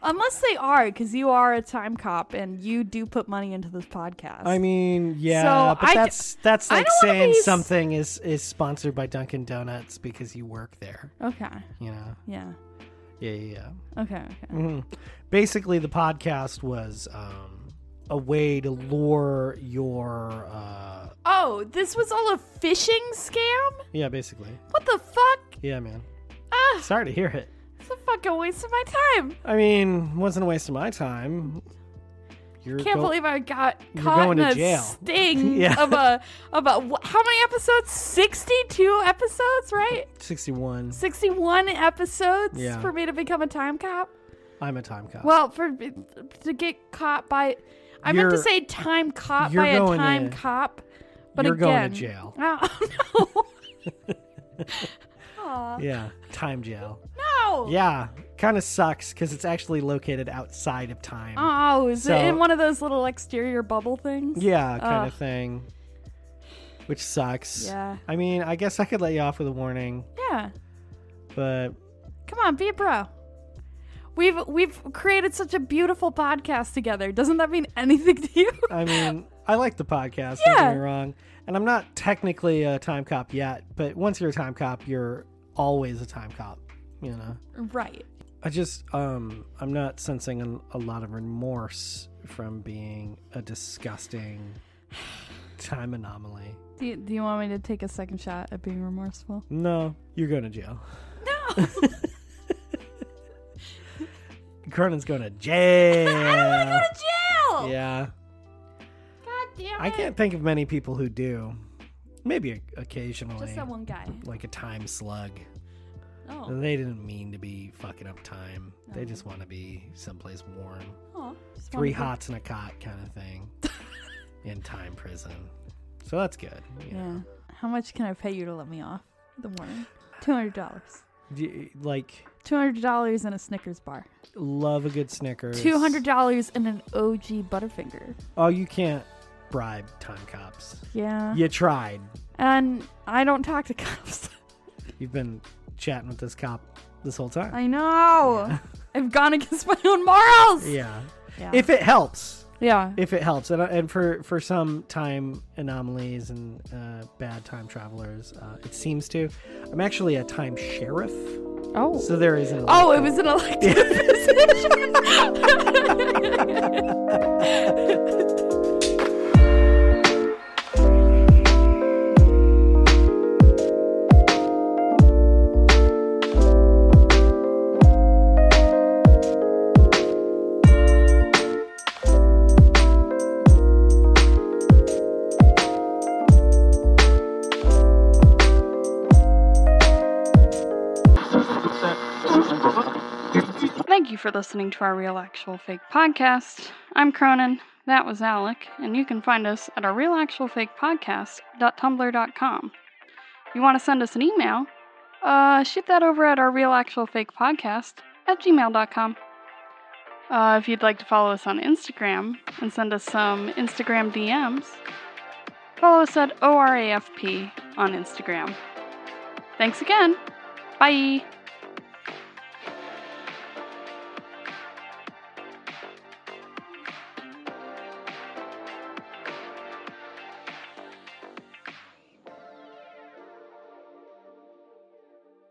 [SPEAKER 1] Unless they are, because you are a Time Cop and you do put money into this podcast.
[SPEAKER 2] I mean, yeah,
[SPEAKER 1] So,
[SPEAKER 2] but
[SPEAKER 1] I d-
[SPEAKER 2] that's that's
[SPEAKER 1] I
[SPEAKER 2] like
[SPEAKER 1] don't wanna
[SPEAKER 2] saying
[SPEAKER 1] be s-
[SPEAKER 2] something is is sponsored by Dunkin' Donuts because you work there.
[SPEAKER 1] okay.
[SPEAKER 2] You know,
[SPEAKER 1] Yeah.
[SPEAKER 2] yeah, yeah. yeah.
[SPEAKER 1] Okay. Okay.
[SPEAKER 2] Mhm. Basically, the podcast was um, a way to lure your uh,
[SPEAKER 1] Oh, this was all a phishing scam.
[SPEAKER 2] yeah, basically,
[SPEAKER 1] What the fuck?
[SPEAKER 2] yeah, man.
[SPEAKER 1] Ah,
[SPEAKER 2] Sorry to hear it.
[SPEAKER 1] it's a fucking waste of my time.
[SPEAKER 2] I mean, wasn't a waste of my time. You're
[SPEAKER 1] Can't
[SPEAKER 2] go-
[SPEAKER 1] believe I got
[SPEAKER 2] You're
[SPEAKER 1] caught
[SPEAKER 2] going
[SPEAKER 1] in
[SPEAKER 2] to
[SPEAKER 1] a
[SPEAKER 2] jail.
[SPEAKER 1] sting
[SPEAKER 2] Yeah.
[SPEAKER 1] of a of a wh- how many episodes? Sixty-two episodes, right?
[SPEAKER 2] sixty-one.
[SPEAKER 1] Sixty-one episodes
[SPEAKER 2] Yeah.
[SPEAKER 1] for me to become a Time Cop.
[SPEAKER 2] I'm a time cop.
[SPEAKER 1] Well, for to get caught by, I meant to
[SPEAKER 2] You're-
[SPEAKER 1] say time caught
[SPEAKER 2] you're
[SPEAKER 1] by a
[SPEAKER 2] going
[SPEAKER 1] time
[SPEAKER 2] to-
[SPEAKER 1] cop, but
[SPEAKER 2] you're going to
[SPEAKER 1] again,
[SPEAKER 2] jail.
[SPEAKER 1] Oh no! Aw,
[SPEAKER 2] yeah, time jail.
[SPEAKER 1] no!
[SPEAKER 2] Yeah, kind of sucks because it's actually located outside of time.
[SPEAKER 1] Oh, is
[SPEAKER 2] So-
[SPEAKER 1] it in one of those little exterior bubble things?
[SPEAKER 2] Yeah, kind
[SPEAKER 1] Ugh.
[SPEAKER 2] of thing. Which sucks.
[SPEAKER 1] Yeah.
[SPEAKER 2] I mean, I guess I could let you off with a warning,
[SPEAKER 1] Yeah.
[SPEAKER 2] but
[SPEAKER 1] Come on, be a bro. We've we've created such a beautiful podcast together. Doesn't that mean anything to you?
[SPEAKER 2] I mean, I like the podcast. Don't
[SPEAKER 1] Yeah.
[SPEAKER 2] get me wrong. And I'm not technically a time cop yet, but once you're a time cop, you're always a time cop. You know,
[SPEAKER 1] right.
[SPEAKER 2] I just um, I'm not sensing a, a lot of remorse from being a disgusting time anomaly.
[SPEAKER 1] Do you, do you want me to take a second shot at being remorseful?
[SPEAKER 2] No, you're going to jail.
[SPEAKER 1] No.
[SPEAKER 2] Cronin's going to jail.
[SPEAKER 1] I don't want to go to jail.
[SPEAKER 2] Yeah.
[SPEAKER 1] God damn it.
[SPEAKER 2] I can't think of many people who do. Maybe o- occasionally,
[SPEAKER 1] Just that one guy.
[SPEAKER 2] like a time slug.
[SPEAKER 1] Oh.
[SPEAKER 2] They didn't mean to be fucking up time. They
[SPEAKER 1] No.
[SPEAKER 2] just want to be someplace warm,
[SPEAKER 1] Aw, just
[SPEAKER 2] three
[SPEAKER 1] wanted to-
[SPEAKER 2] hots and a cot kind of thing, in time prison. So that's good. you
[SPEAKER 1] Yeah.
[SPEAKER 2] know.
[SPEAKER 1] How much can I pay you to let me off the morning? Two hundred dollars.
[SPEAKER 2] Do you- like
[SPEAKER 1] Two hundred dollars in a Snickers bar.
[SPEAKER 2] love a good Snickers.
[SPEAKER 1] Two hundred dollars in an OG Butterfinger.
[SPEAKER 2] Oh, you can't bribe time cops.
[SPEAKER 1] Yeah.
[SPEAKER 2] You tried.
[SPEAKER 1] And I don't talk to cops.
[SPEAKER 2] You've been chatting with this cop this whole time.
[SPEAKER 1] I know. I've gone against my own morals.
[SPEAKER 2] yeah.
[SPEAKER 1] Yeah.
[SPEAKER 2] If it helps.
[SPEAKER 1] yeah.
[SPEAKER 2] if it helps and, and for for some time anomalies and uh, bad time travelers uh, it seems to i'm actually a time sheriff
[SPEAKER 1] oh.
[SPEAKER 2] so there is an
[SPEAKER 1] oh, it was an elective position.
[SPEAKER 3] Thank you for listening to our Real Actual Fake podcast. I'm Cronin. That was Alec, and you can find us at our Real Actual Fake podcast.tumblr.com. You want to send us an email? Uh, shoot that over at our Real Actual Fake podcast at gmail.com. Uh, if you'd like to follow us on Instagram and send us some Instagram DMs, follow us at ORAFP on Instagram. Thanks again. Bye.